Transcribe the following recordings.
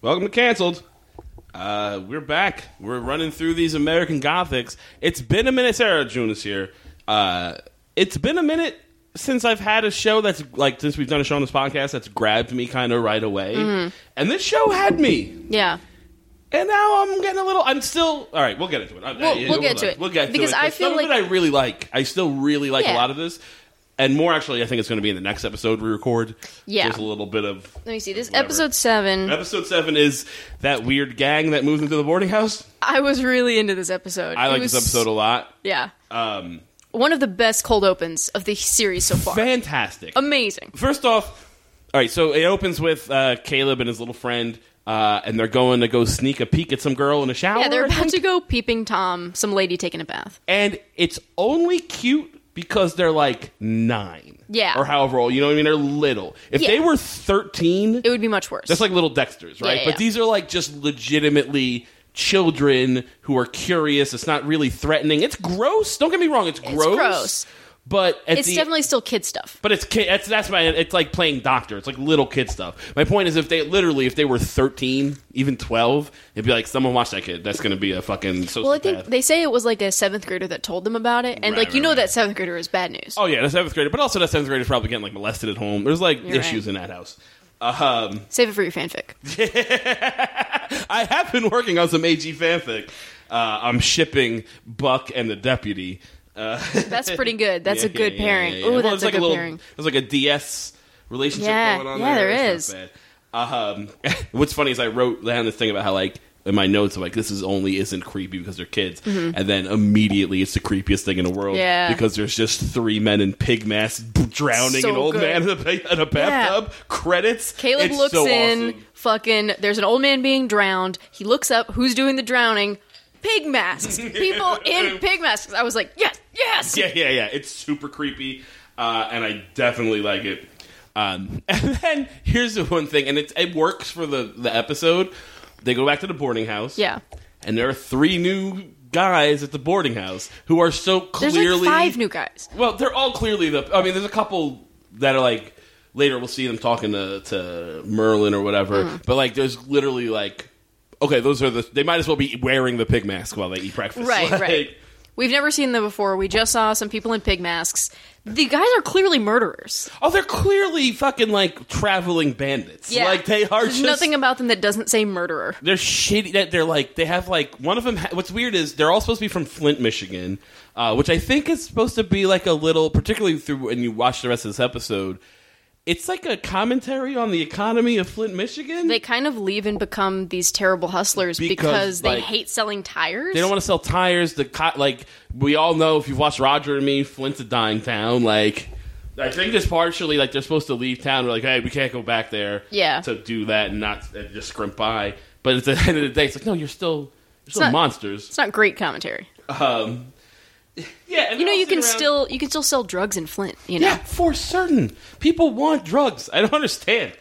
Welcome to Cancelled. Uh, we're back. We're running through these American Gothics. It's been a minute. Sarah June is here. Uh, it's been a minute since I've had a show that's like since we've done a show on this podcast that's grabbed me kind of right away. Mm-hmm. And this show had me. Yeah. And now I'm getting a little. I'm still. All right, we'll get into it. I- We'll- yeah, we'll get hold to on. it. We'll get to Because it, I 'cause feel some of it like- I really like. I still really like a Yeah. lot of this, and more actually. I think it's going to be in the next episode we record. Yeah. just a little bit of Let me see. This Whatever. episode seven. Episode seven is that weird gang that moves into the boarding house. I was really into this episode. I It like was- this episode a lot. Yeah. Um, One of the best cold opens of the series so far. fantastic. Amazing. First off, all right. So it opens with uh, Caleb and his little friend, uh, and they're going to go sneak a peek at some girl in a shower. Yeah, they're about to go peeping Tom, some lady taking a bath. and it's only cute because they're like nine, Yeah. or however old. You know what I mean? They're little. If Yeah. they were thirteen, It would be much worse. That's like little Dexters, right? yeah, but yeah. these are like just legitimately children who are curious. It's not really threatening. It's gross. Don't get me wrong. It's gross. gross. But at it's the- definitely still kid stuff. But it's kid. That's that's my. It's like playing doctor. It's like little kid stuff. My point is, if they literally, if they were thirteen, even twelve, it'd be like someone watch that kid. That's going to be a fucking sociopath. Well, I think they say it was like a seventh grader that told them about it, and Right, like you right, know right. that seventh grader is bad news. oh yeah, the seventh grader. But also, that seventh grader's probably getting like molested at home. There's like You're issues right. in that house. Um, Save it for your fanfic. I have been working on some AG fanfic. Uh, I'm shipping Buck and the deputy. Uh, That's pretty good. That's yeah, a good yeah, yeah, pairing. yeah, yeah. Oh, Well, that's it's a like good little, pairing. There's like a DS relationship Yeah, going on yeah, there. there It's not bad. Um, what's funny is I wrote down this thing about how like in my notes I'm like this is only isn't creepy because they're kids, and then immediately it's the creepiest thing in the world Mm-hmm. Yeah. because there's just three men in pig masks drowning So an old good. man in a, ba- in a bathtub. Credits. Caleb It's looks so in. awesome. Fucking, there's an old man being drowned. He looks up. Who's doing the drowning? Pig masks. People in pig masks. I was like, yes, yes. Yeah, yeah, yeah. It's super creepy, uh, and I definitely like it. Um, and then here's the one thing, and it's, it works for the, the episode. They go back to the boarding house. Yeah. And there are three new guys at the boarding house who are so There's clearly. like five new guys. Well, they're all clearly the. I mean, there's a couple that are like. Later, we'll see them talking to, to Merlin or whatever. Mm. But, like, there's literally like. Okay, those are the. They might as well be wearing the pig mask while they eat breakfast. Right, Like, right. We've never seen them before. We just saw some people in pig masks. The guys are clearly murderers. Oh, they're clearly fucking like traveling bandits. Yeah, Like they are There's just nothing about them that doesn't say murderer. they're shitty. That they're like they have like one of them. Ha- what's weird is they're all supposed to be from Flint, Michigan, uh, which I think is supposed to be like a little, particularly through when you watch the rest of this episode. It's like a commentary on the economy of Flint, Michigan. They kind of leave and become these terrible hustlers Because, because, they like, hate selling tires. They don't want to sell tires. The co- like we all know if you've watched Roger and Me, Flint's a dying town. Like I think it's partially like they're supposed to leave town. We're like, hey, we can't go back there. Yeah. To do that and not and just scrimp by. But at the end of the day, it's like no, you're still you're still not- monsters. it's not great commentary. Um, yeah, and You know, they're all you can sitting around- still you can still sell drugs in Flint. You know, yeah for certain people want drugs. I don't understand.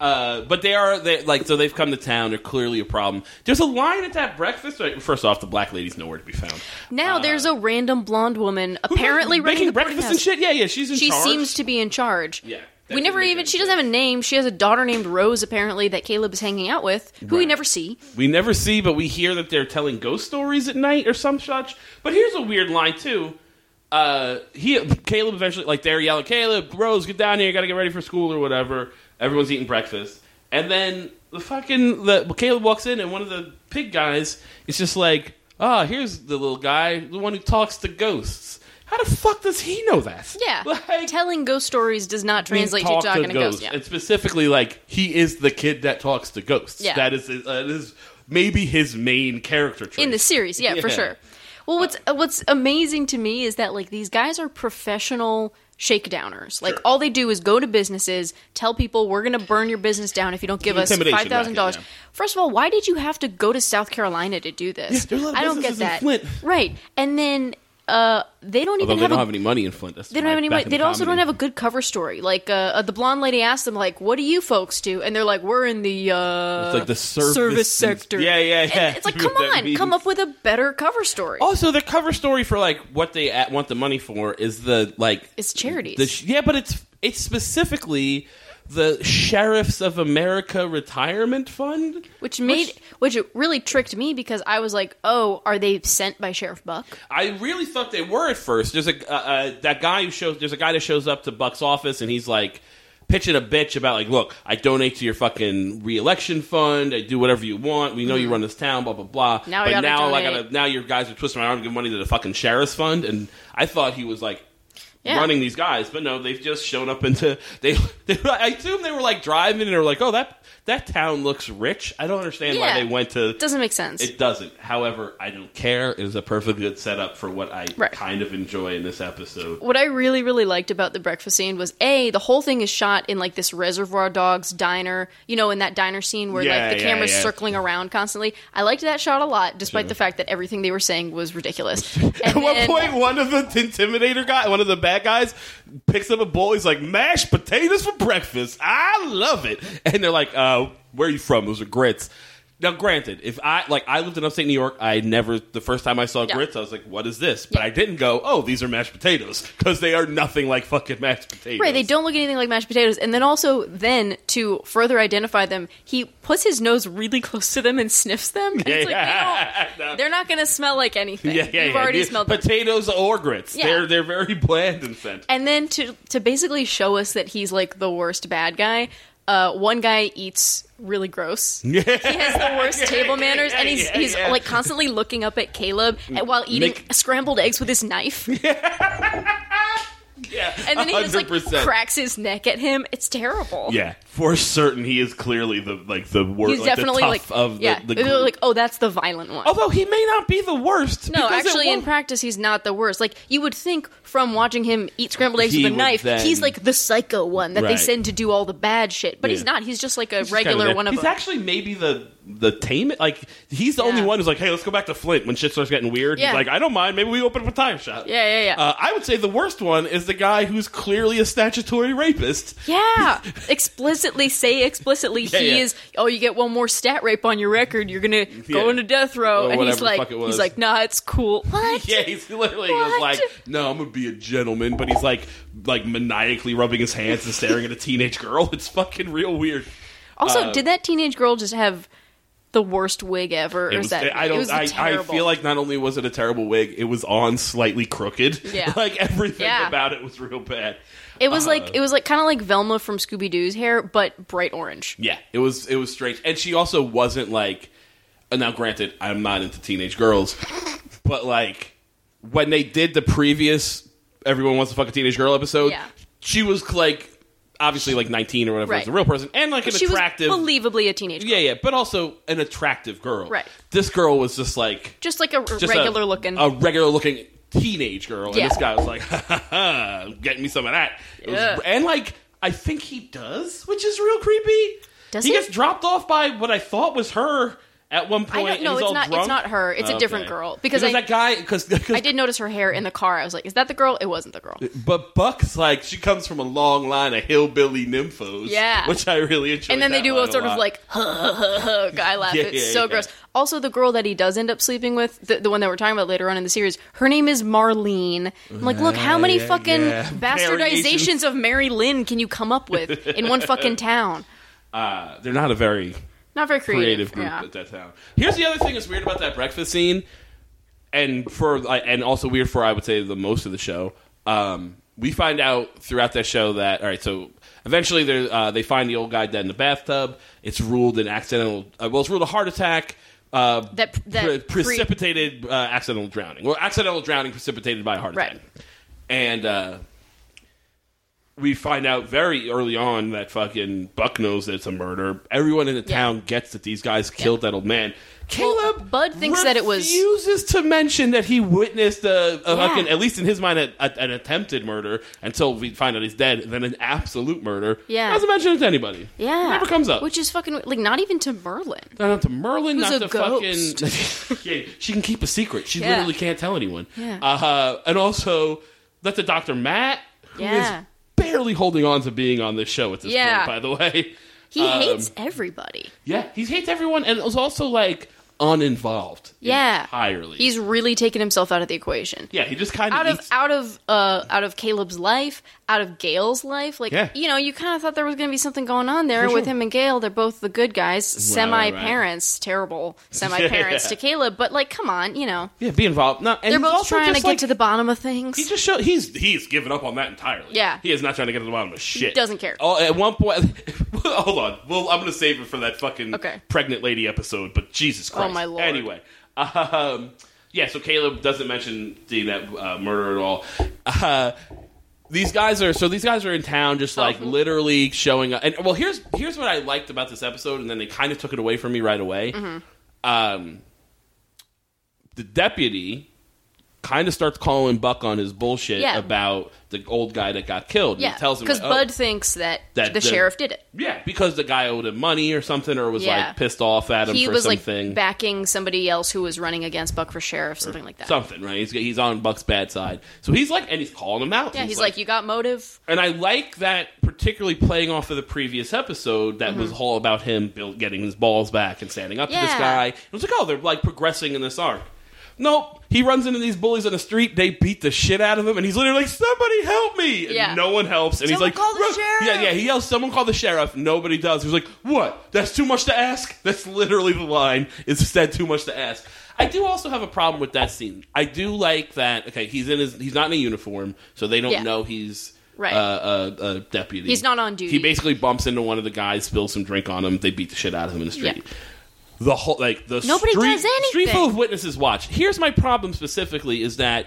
Uh, but they are they like so they've come to town. They're clearly a problem. There's a line at that breakfast. Right? First off, the black lady's nowhere to be found. now there's a random blonde woman apparently running Uh, making the breakfast boarding and house. shit. Yeah, yeah, she's in She charge. seems to be in charge. Yeah, that we doesn't never make even. any She doesn't have a name. She has a daughter named Rose apparently that Caleb is hanging out with, who we Right. never see. we never see, but we hear that they're telling ghost stories at night or some such. But here's a weird line too. Uh, he Caleb eventually like they're yelling, Caleb, Rose, get down here. You got to get ready for school or whatever. Everyone's eating breakfast, and then the fucking the Caleb walks in, and one of the pig guys is just like, ah, here's the little guy, the one who talks to ghosts. How the fuck does he know that? Yeah, Like- telling ghost stories does not mean translate talk to talking to ghosts. Yeah. And specifically, like he is the kid that talks to ghosts. Yeah. that is uh, that is maybe his main character trait in the series. Yeah, for Yeah. sure. Well, what's uh, what's amazing to me is that like these guys are professional shakedowners. Like Sure. all they do is go to businesses, tell people we're going to burn your business down if you don't give us Intimidation five thousand dollars. racket, yeah. First of all, why did you have to go to South Carolina to do this? Yeah, there are a lot of I don't get businesses in that. Flint. Right, and then uh, they don't Although even they have don't a have any money in Flint. That's they don't why have any back money. in They the also don't comedy- have a good cover story. Like uh, uh, the blonde lady asked them, like, "What do you folks do?" And they're like, "We're in the uh, It's like the service, sector." Yeah, yeah, yeah. And it's like, You know come what that on, come means? Oh, up with a better cover story. Also, the cover story for like what they at, want the money for is the like It's charities. The sh- yeah, but it's it's specifically the Sheriffs of America Retirement Fund. Which made which, it really tricked me because I was like, "Oh, are they sent by Sheriff Buck?" I really thought they were at first. There's a uh, uh, that guy who shows. There's a guy that shows up to Buck's office and he's like pitching a bitch about like, look, I donate to your fucking reelection fund. I do whatever you want. We know you run this town. Blah blah blah. Mm-hmm. Now I but gotta now I donate. gotta now your guys are twisting my arm, giving money to the fucking sheriff's fund. And I thought he was like. Yeah. Running these guys, but no, they've just shown up into they. they were- I assume they were like driving and they were like, "Oh, that that town looks rich." I don't understand Yeah. why they went to Doesn't make sense. it doesn't. However, I don't care. It is a perfect good setup for what I Right. kind of enjoy in this episode. what I really, really liked about the breakfast scene was a the whole thing is shot in like this Reservoir Dogs diner, you know, in that diner scene where Yeah, like the yeah, camera's yeah. circling around constantly. I liked that shot a lot, despite the fact that everything they were saying was ridiculous. And At one then- point, one of the intimidator guy, one of the bad guys, picks up a bowl. He's like, "Mashed potatoes for breakfast. I love it." And they're like, "Uh, where are you from?" Those are grits. Now, granted, if I like, I lived in upstate New York. I never the first time I saw Yeah. grits, I was like, "What is this?" But Yeah. I didn't go, "Oh, these are mashed potatoes," because they are nothing like fucking mashed potatoes. Right, they don't look anything like mashed potatoes. And then also, then to further identify them, he puts his nose really close to them and sniffs them. And it's like, Yeah. they don't, they're not going to smell like anything. You've already Yeah, smelled them. potatoes or grits. Yeah. They're they're very bland and scent. And then to to basically show us that he's like the worst bad guy, uh, one guy eats really gross. Yeah. He has the worst table manners, and he's yeah, he's yeah. like constantly looking up at Caleb and- while eating Make- scrambled eggs with his knife. Yeah, And then he just like cracks his neck at him. It's terrible. Yeah, for certain, he is clearly the like the worst. He's definitely the like tough of the, yeah. the they're group. like oh, that's the violent one. Although he may not be the worst. No, because at actually, in one- practice, he's not the worst. Like you would think from watching him eat scrambled eggs He with a would knife, then- he's like the psycho one that they Right. send to do all the bad shit. But he's Yeah. not. He's just like a He's kinda regular there. one of He's them. actually maybe the the tame. Like he's the only Yeah. one who's like, hey, let's go back to Flint when shit starts getting weird. Yeah. He's like, I don't mind. Maybe we open up a tire shop. Yeah, yeah, yeah. Uh, I would say the worst one is the guy who's clearly a statutory rapist. yeah, explicitly say explicitly Yeah, he yeah. is. Oh, you get one more stat rape on your record, you're gonna go Yeah. into death row. Or and whatever he's the like, fuck it was. he's like, nah, it's cool. What? Yeah, he's literally What? was like, "No, I'm gonna be a gentleman," but he's like, like maniacally rubbing his hands and staring at a teenage girl. It's fucking real weird. Also, Uh, did that teenage girl just have the worst wig ever? Or It is was, that I don't. It was I, I terrible. feel like not only was it a terrible wig, it was on slightly crooked. Yeah. like everything Yeah. about it was real bad. it was Uh-huh. like it was like kind of like Velma from Scooby Doo's hair, but bright orange. Yeah, it was. It was strange, and she also wasn't like. and Now, granted, I'm not into teenage girls, but like when they did the previous "Everyone Wants to Fuck a Teenage Girl" episode, Yeah. she was like obviously like 19 or whatever Right. as a real person, and like an she attractive. was believably a teenager. yeah, yeah, but also an attractive girl. Right. This girl was just like Just like a just a- regular looking. a regular looking teenage girl, and Yeah. this guy was like, ha, ha, ha, "Get me some of that." It was- Yeah. and like, I think he does, which is real creepy. Does he he? gets dropped off by what I thought was her at one I point? don't and know. he's It's all not. drunk? It's not her. It's a Okay. different girl because, I, that guy because I did notice her hair in the car. I was like, is that the girl? It wasn't the girl. But Buck's like she comes from a long line of hillbilly nymphos. Yeah. which I really enjoy. And then they do a sort of like guy laugh. Yeah, it's yeah, so yeah. gross. Also, the girl that he does end up sleeping with, the, the one that we're talking about later on in the series, her name is Marlene. I'm like, look, how many Yeah, fucking yeah. bastardizations of Mary Lynn can you come up with in one fucking town? uh, they're not a very Not very creative. creative group yeah. at that town. Here's the other thing that's weird about that breakfast scene, and for I- and also weird for I would say the most of the show. Um, we find out throughout that show that all right, so eventually they uh, they find the old guy dead in the bathtub. It's ruled an accidental. Uh, well, it's ruled a heart attack. Uh, That- that pre- pre- precipitated uh, accidental drowning, or accidental drowning precipitated by a heart Right. attack, and. Uh, we find out very early on that fucking Buck knows that it's a murder. Everyone in the Yeah. town gets that these guys killed that old man. Well, Caleb Bud thinks that it was- refuses to mention that he witnessed a, a Yeah. fucking at least in his mind a, a, an attempted murder until we find out he's dead, and then an absolute murder. Yeah. doesn't mention it to anybody. Yeah. never comes up. Which is fucking like not even to Merlin. Not up to Merlin, Who's not to a ghost. fucking. yeah, she can keep a secret. She Yeah. literally can't tell anyone. Yeah. Uh, and also, not to Dr. Matt, who is Yeah. barely holding on to being on this show at this point, Yeah. by the way. He Um, hates everybody. Yeah, he hates everyone and is also like uninvolved. Yeah. entirely. He's really taken himself out of the equation. yeah, he just kind Out of eats, out of uh out of Caleb's life, out of Gail's life, like Yeah. you know, you kind of thought there was going to be something going on there For with sure. him and Gail. They're both the good guys, semi right, right. parents, terrible semi parents Yeah. to Caleb, but like, come on, you know, yeah, be involved. No, and they're he's both also trying to just, get like, to the bottom of things. He just showed he's he's given up on that entirely. Yeah. he is not trying to get to the bottom of shit. doesn't care. Oh, at one point, hold on. Well, I'm gonna save it for that fucking Okay. Oh, pregnant lady episode. But Jesus Christ! my lord. Anyway, um, yeah. So Caleb doesn't mention the, that uh, murder at all. Uh, these guys are so these guys are in town, just like Oh. literally showing up. And well, here's here's what I liked about this episode, and then they kind of took it away from me right away. Um, the deputy kind of starts calling Buck on his bullshit Yeah. about the old guy that got killed. yeah, and tells him because like, oh, Bud thinks that, That the the- sheriff did it. yeah, because the guy owed him money or something, or was Yeah. like pissed off at him He for was like something. backing somebody else who was running against Buck for sheriff, something like that. Something, right? He's he's on Buck's bad side, so he's like, and he's calling him out. yeah, he's like, you got motive. and I like that particularly playing off of the previous episode that was all about him build, getting his balls back and standing up to this Mm-hmm. Yeah. guy. It was like, oh, they're like progressing in this arc. Nope. He runs into these bullies on the street. They beat the shit out of him, and he's literally like, "Somebody help me!" And Yeah. no one helps, and Someone he's like, call the "Run." sheriff!" "Yeah, yeah." He yells, "Someone call the sheriff!" Nobody does. He's like, "What? That's too much to ask." That's literally the line. It's said too much to ask. I do also have a problem with that scene. I do like that. Okay, he's in his. He's not in a uniform, so they don't Yeah. know he's Right. uh, a, a deputy. He's not on duty. He basically bumps into one of the guys, spills some drink on him. They beat the shit out of him in the street. Yeah. The whole like the Nobody street, does anything. Street full of witnesses watch. Here's my problem specifically is that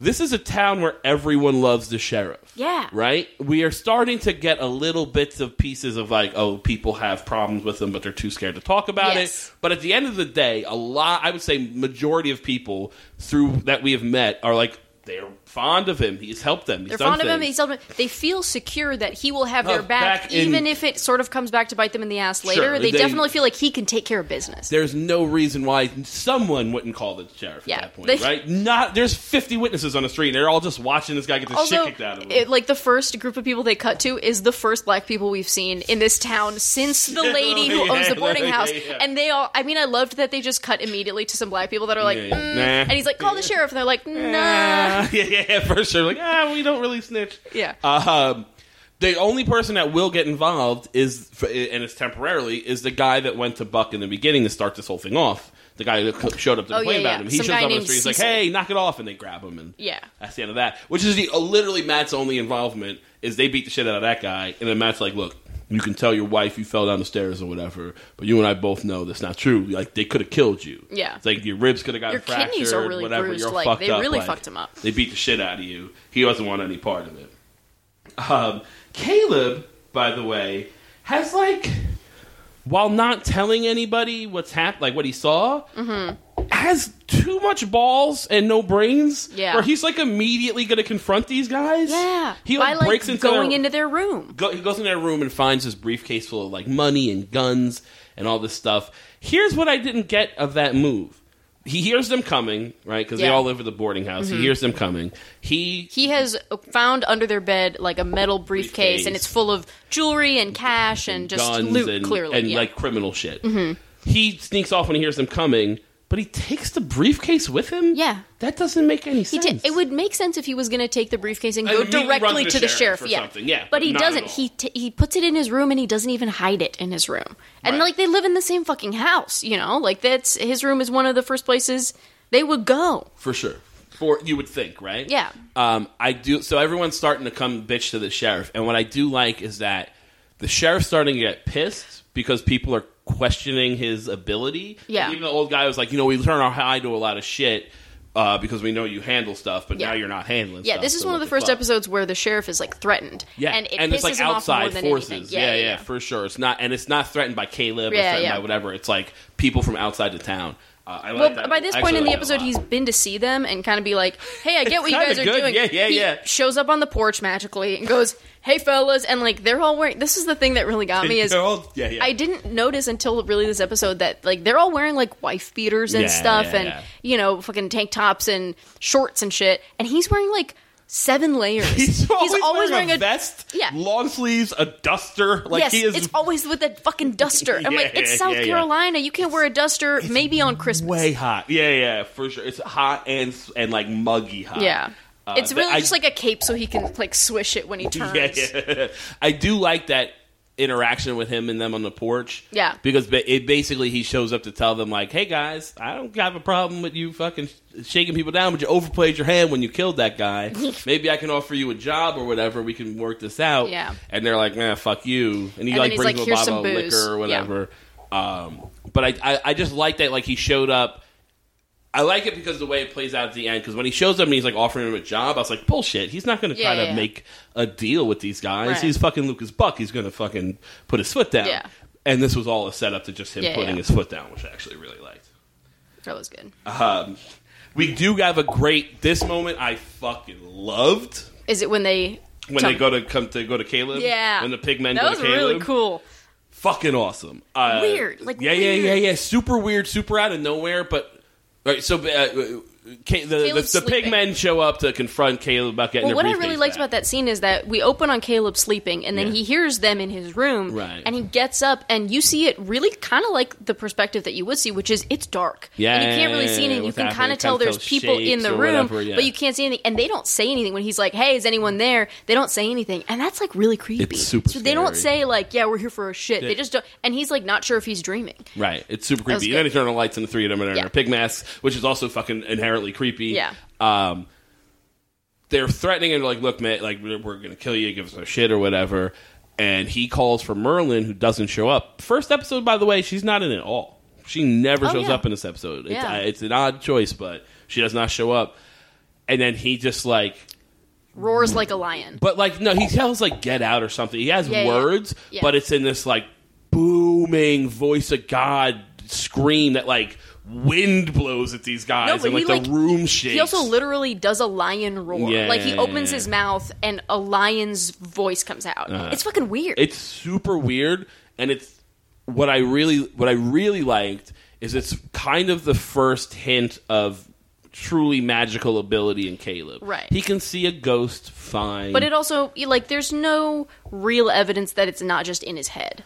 this is a town where everyone loves the sheriff. Yeah. Right? We are starting to get a little bits of pieces of like, oh, people have problems with them, but they're too scared to talk about Yes. it. But at the end of the day, a lot I would say majority of people through that we have met are like they're fond of him. He's helped them. He's They're done fond of him. things. He's helped They feel secure that he will have Uh, their back, back in- even if it sort of comes back to bite them in the ass later. they, they- definitely feel like he can take care of business. there's no reason why someone wouldn't call the sheriff Yeah. at that point, They- right? Not there's 50 witnesses on the street. and They're all just watching this guy get the shit Also, kicked out of him. it, like the first group of people they cut to is the first black people we've seen in this town since the lady who owns Yeah, the boarding yeah, house. yeah. And they all, I mean, I loved that they just cut immediately to some black people that are like, Yeah, yeah. "Mm," Nah. and he's like, call the sheriff. And they're like, nah. yeah, yeah, yeah, for sure. Like, ah, we don't really snitch. Yeah. Um, the only person that will get involved is, and it's temporarily, is the guy that went to Buck in the beginning to start this whole thing off. The guy that co- showed up to Oh, complain yeah, about yeah. him. He Some shows guy up on the named street. He's like, Cecil. "Hey, knock it off!" And they grab him, and Yeah. that's the end of that. Which is the uh, literally Matt's only involvement is they beat the shit out of that guy, and then Matt's like, "Look, you can tell your wife you fell down the stairs or whatever, but you and I both know that's not true. Like they could have killed you. Yeah. it's like your ribs could have gotten Your fractured. kidneys are really whatever. bruised, You're like, fucked they up, really like, fucked him up. They beat the shit out of you. He doesn't want any part of it. Um, Caleb, by the way, has like. While not telling anybody what's hap- like what he saw, Mm-hmm. has too much balls and no brains. Yeah. Where he's like immediately going to confront these guys. Yeah. He like, By, like, breaks into going their, into their room. go, he goes in their room and finds his briefcase full of like money and guns and all this stuff. Here's what I didn't get of that move. He hears them coming, right? Because they Yeah. Mm-hmm. all live at the boarding house. He hears them coming. He He has found under their bed like a metal briefcase, Briefcase. and it's full of jewelry and cash and just guns loot, and, clearly. and yeah. Mm-hmm. like criminal shit. He sneaks off when he hears them coming, but he takes the briefcase with him. Yeah. that doesn't make any He sense. did- it would make sense if he was going to take the briefcase and And go immediately run directly to the to the sheriff sheriff. or yeah. something, yeah, but he not at doesn't. all. He t- he puts it in his room and he doesn't even hide it in his room. And Right. like they live in the same fucking house, you know. Like that's his room is one of the first places they would go. for sure. For you would think, right? Yeah. Um, I do. So everyone's starting to come bitch to the sheriff, and what I do like is that the sheriff's starting to get pissed because people are questioning his ability. Yeah. Like, even the old guy was like, you know, we turn our eye to a lot of shit. Uh, because we know you handle stuff, but Yeah. now you're not handling. Yeah, stuff, this is so one of what the first fuck? episodes where the sheriff is like threatened. Yeah, and it it's pisses like him off more outside than forces. anything. Yeah yeah, for sure. It's not, and it's not threatened by Caleb. or Yeah, threatened yeah. by whatever. It's like people from outside the town. Uh, I Well, like that. by this I point actually in the like that a episode, lot. he's been to see them and kind of be like, "Hey, I get what you kinda guys are good. doing." Yeah, yeah, he yeah. Shows up on the porch magically and goes, "Hey, fellas!" And like they're all wearing. This is the thing that really got me is They're all- yeah, yeah. I didn't notice until really this episode that like they're all wearing like wife beaters and Yeah, stuff, yeah, and yeah. you know, fucking tank tops and shorts and shit, and he's wearing like seven layers. He's always, wearing, a a vest, Yeah. long sleeves, a duster. Like yes, he is it's always with that fucking duster. I'm Yeah, like, it's yeah, South yeah, yeah. Carolina. You can't wear a duster maybe on Christmas. way hot. Yeah, yeah, for sure. It's hot and and like muggy hot. yeah. Uh, it's that- really I- just like a cape so he can like swish it when he turns. Yeah, yeah. I do like that interaction with him and them on the porch. Yeah. because ba- it basically he shows up to tell them like, "Hey guys, I don't have a problem with you fucking sh- shaking people down, but you overplayed your hand when you killed that guy. Maybe I can offer you a job or whatever. We can work this out." Yeah. and they're like, "Man, fuck you," and he And then like he's brings like, him a "Here's bottle of some booze." liquor or Yeah. whatever. Um, but I, I I just like that like he showed up. I like it because of the way it plays out at the end. Because when he shows up and he's like offering him a job, I was like, bullshit. He's not going to Yeah, try to yeah, yeah. make a deal with these guys. Right. He's fucking Lucas Buck. He's going to fucking put his foot down. Yeah. And this was all a setup to just him Yeah, putting yeah. his foot down, which I actually really liked. That was good. Um, we do have a great this moment. I fucking loved Is it when they when they go to come to go to Caleb. Yeah, When the pigmen that go was to Caleb. really cool. fucking awesome. Uh, Weird, like, yeah, weird. yeah, yeah, yeah. Super weird, super out of nowhere. But all right, so uh, Ca- the, Caleb's the, the pig sleeping. men show up to confront Caleb about getting. Well, their what I really briefcase liked back. about that scene is that we open on Caleb sleeping, and then Yeah. he hears them in his room, Right. and he gets up, and you see it really kind of like the perspective that you would see, which is it's dark, Yeah, and you can't really yeah, see yeah, anything. You what's can happening, kind kinda of tell there's tells people in shapes the or room, whatever, yeah. but you can't see anything, and they don't say anything when he's like, "Hey, is anyone there?" They don't say anything, and that's like really creepy. It's super so they don't scary. say like, "Yeah, we're here for a shit." They Yeah. just don't, and he's like not sure if he's dreaming. Right. It's super was creepy. And then good. they turn on the lights and the three of them are in Yeah. their pig masks, which is also fucking inherently creepy. Yeah. Um, they're threatening him like, look, man, like we're, we're gonna kill you, give us no shit or whatever. And he calls for Merlin, who doesn't show up. First episode, by the way, she's not in at all. She never Oh, shows yeah. up in this episode. It's, Yeah. uh, it's an odd choice, but she does not show up. And then he just like Roars like a lion. but like, no, he tells like "get out" or something. He has Yeah, yeah. words, Yeah. but it's in this like booming voice of God scream that like wind blows at these guys, No, but and like he, the like- room shakes. He also literally does a lion roar. Yeah, like he yeah, opens yeah. Uh-huh. his mouth and a lion's voice comes out. It's fucking weird. it's super weird, and it's what I really what I really liked is it's kind of the first hint of truly magical ability in Caleb. Right. he can see a ghost fine, but it also like there's no real evidence that it's not just in his head.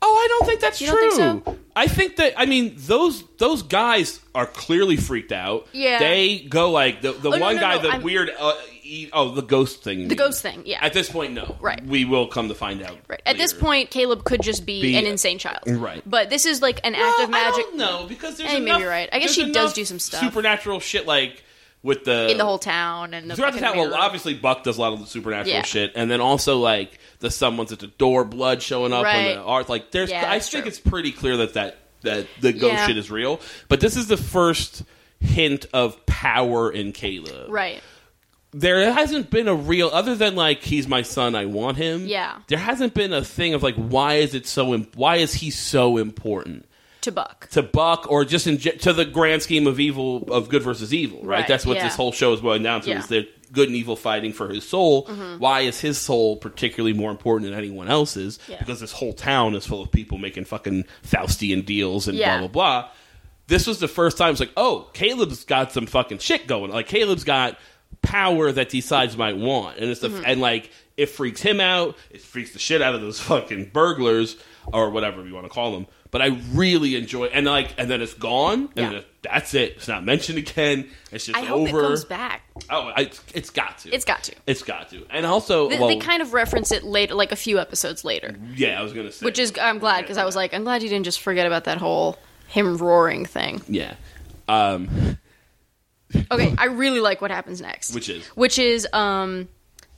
Oh, I don't think that's You don't true. think I think that I mean those those guys are clearly freaked out. Yeah. Oh, they go like the the no, one no, guy no, the I'm- weird uh, e- oh the ghost thing The ghost thing, yeah. At this point, no. Right. We will come to find out. Right. At this later. point, Caleb could just be, Be- an insane child. Right. But this is like an No, act of I magic. don't know because there's Eh, maybe enough, you're right. I guess there's she does enough do some stuff. supernatural shit like with the in the whole town and the throughout the fucking town. Well, mirror. obviously Buck does a lot of the supernatural Yeah. shit, and then also like the someone's at the door, blood showing up on Right. the art. Like there's, Yeah, I that's think true. it's pretty clear that that that the ghost Yeah. shit is real. But this is the first hint of power in Caleb. right. There hasn't been a real other than like he's my son, I want him. Yeah. There hasn't been a thing of like why is it so im- why is he so important? To Buck. to Buck or just in ge- to the grand scheme of evil of good versus evil, right? Right, That's what yeah. this whole show is boiling down to: Yeah. Mm-hmm. is the good and evil fighting for his soul. Why is his soul particularly more important than anyone else's? Yeah. Because this whole town is full of people making fucking Faustian deals and Yeah. blah blah blah. This was the first time it's like, oh, Caleb's got some fucking shit going. Like Caleb's got power that these sides might want, and it's the, Mm-hmm. and like it freaks him out. It freaks the shit out of those fucking burglars or whatever you want to call them. But I really enjoy, and like, and then it's gone, and Yeah. then that's it. It's not mentioned again. It's just I hope over. it comes back. Oh, I, it's got to. It's got to. It's got to. And also, They, well, they kind of reference it later, like a few episodes later. yeah, I was gonna say, Which is, I'm glad because I was like, I'm glad you didn't just forget about that whole him roaring thing. yeah. Um, Okay, I really like what happens next. Which is? which is, um,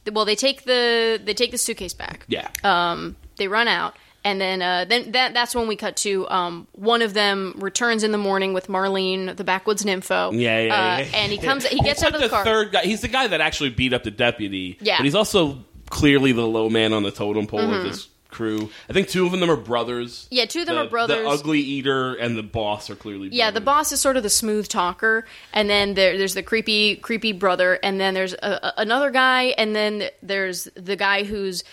th- well, they take the they take the suitcase back. yeah. Um, they run out, and then uh, then that that's when we cut to um, one of them returns in the morning with Marlene, the backwoods nympho. Yeah, yeah, uh, yeah. And he comes, he gets He's out of like the, car. Third guy. He's the guy that actually beat up the deputy. Yeah. Mm-hmm. but he's also clearly the low man on the totem pole of this crew. I think two of them are brothers. Yeah, two of them The- are brothers. The ugly eater and the boss are clearly. yeah, the brothers. boss is sort of the smooth talker, and then there, there's the creepy, creepy brother, and then there's a, a- another guy, and then there's the guy who's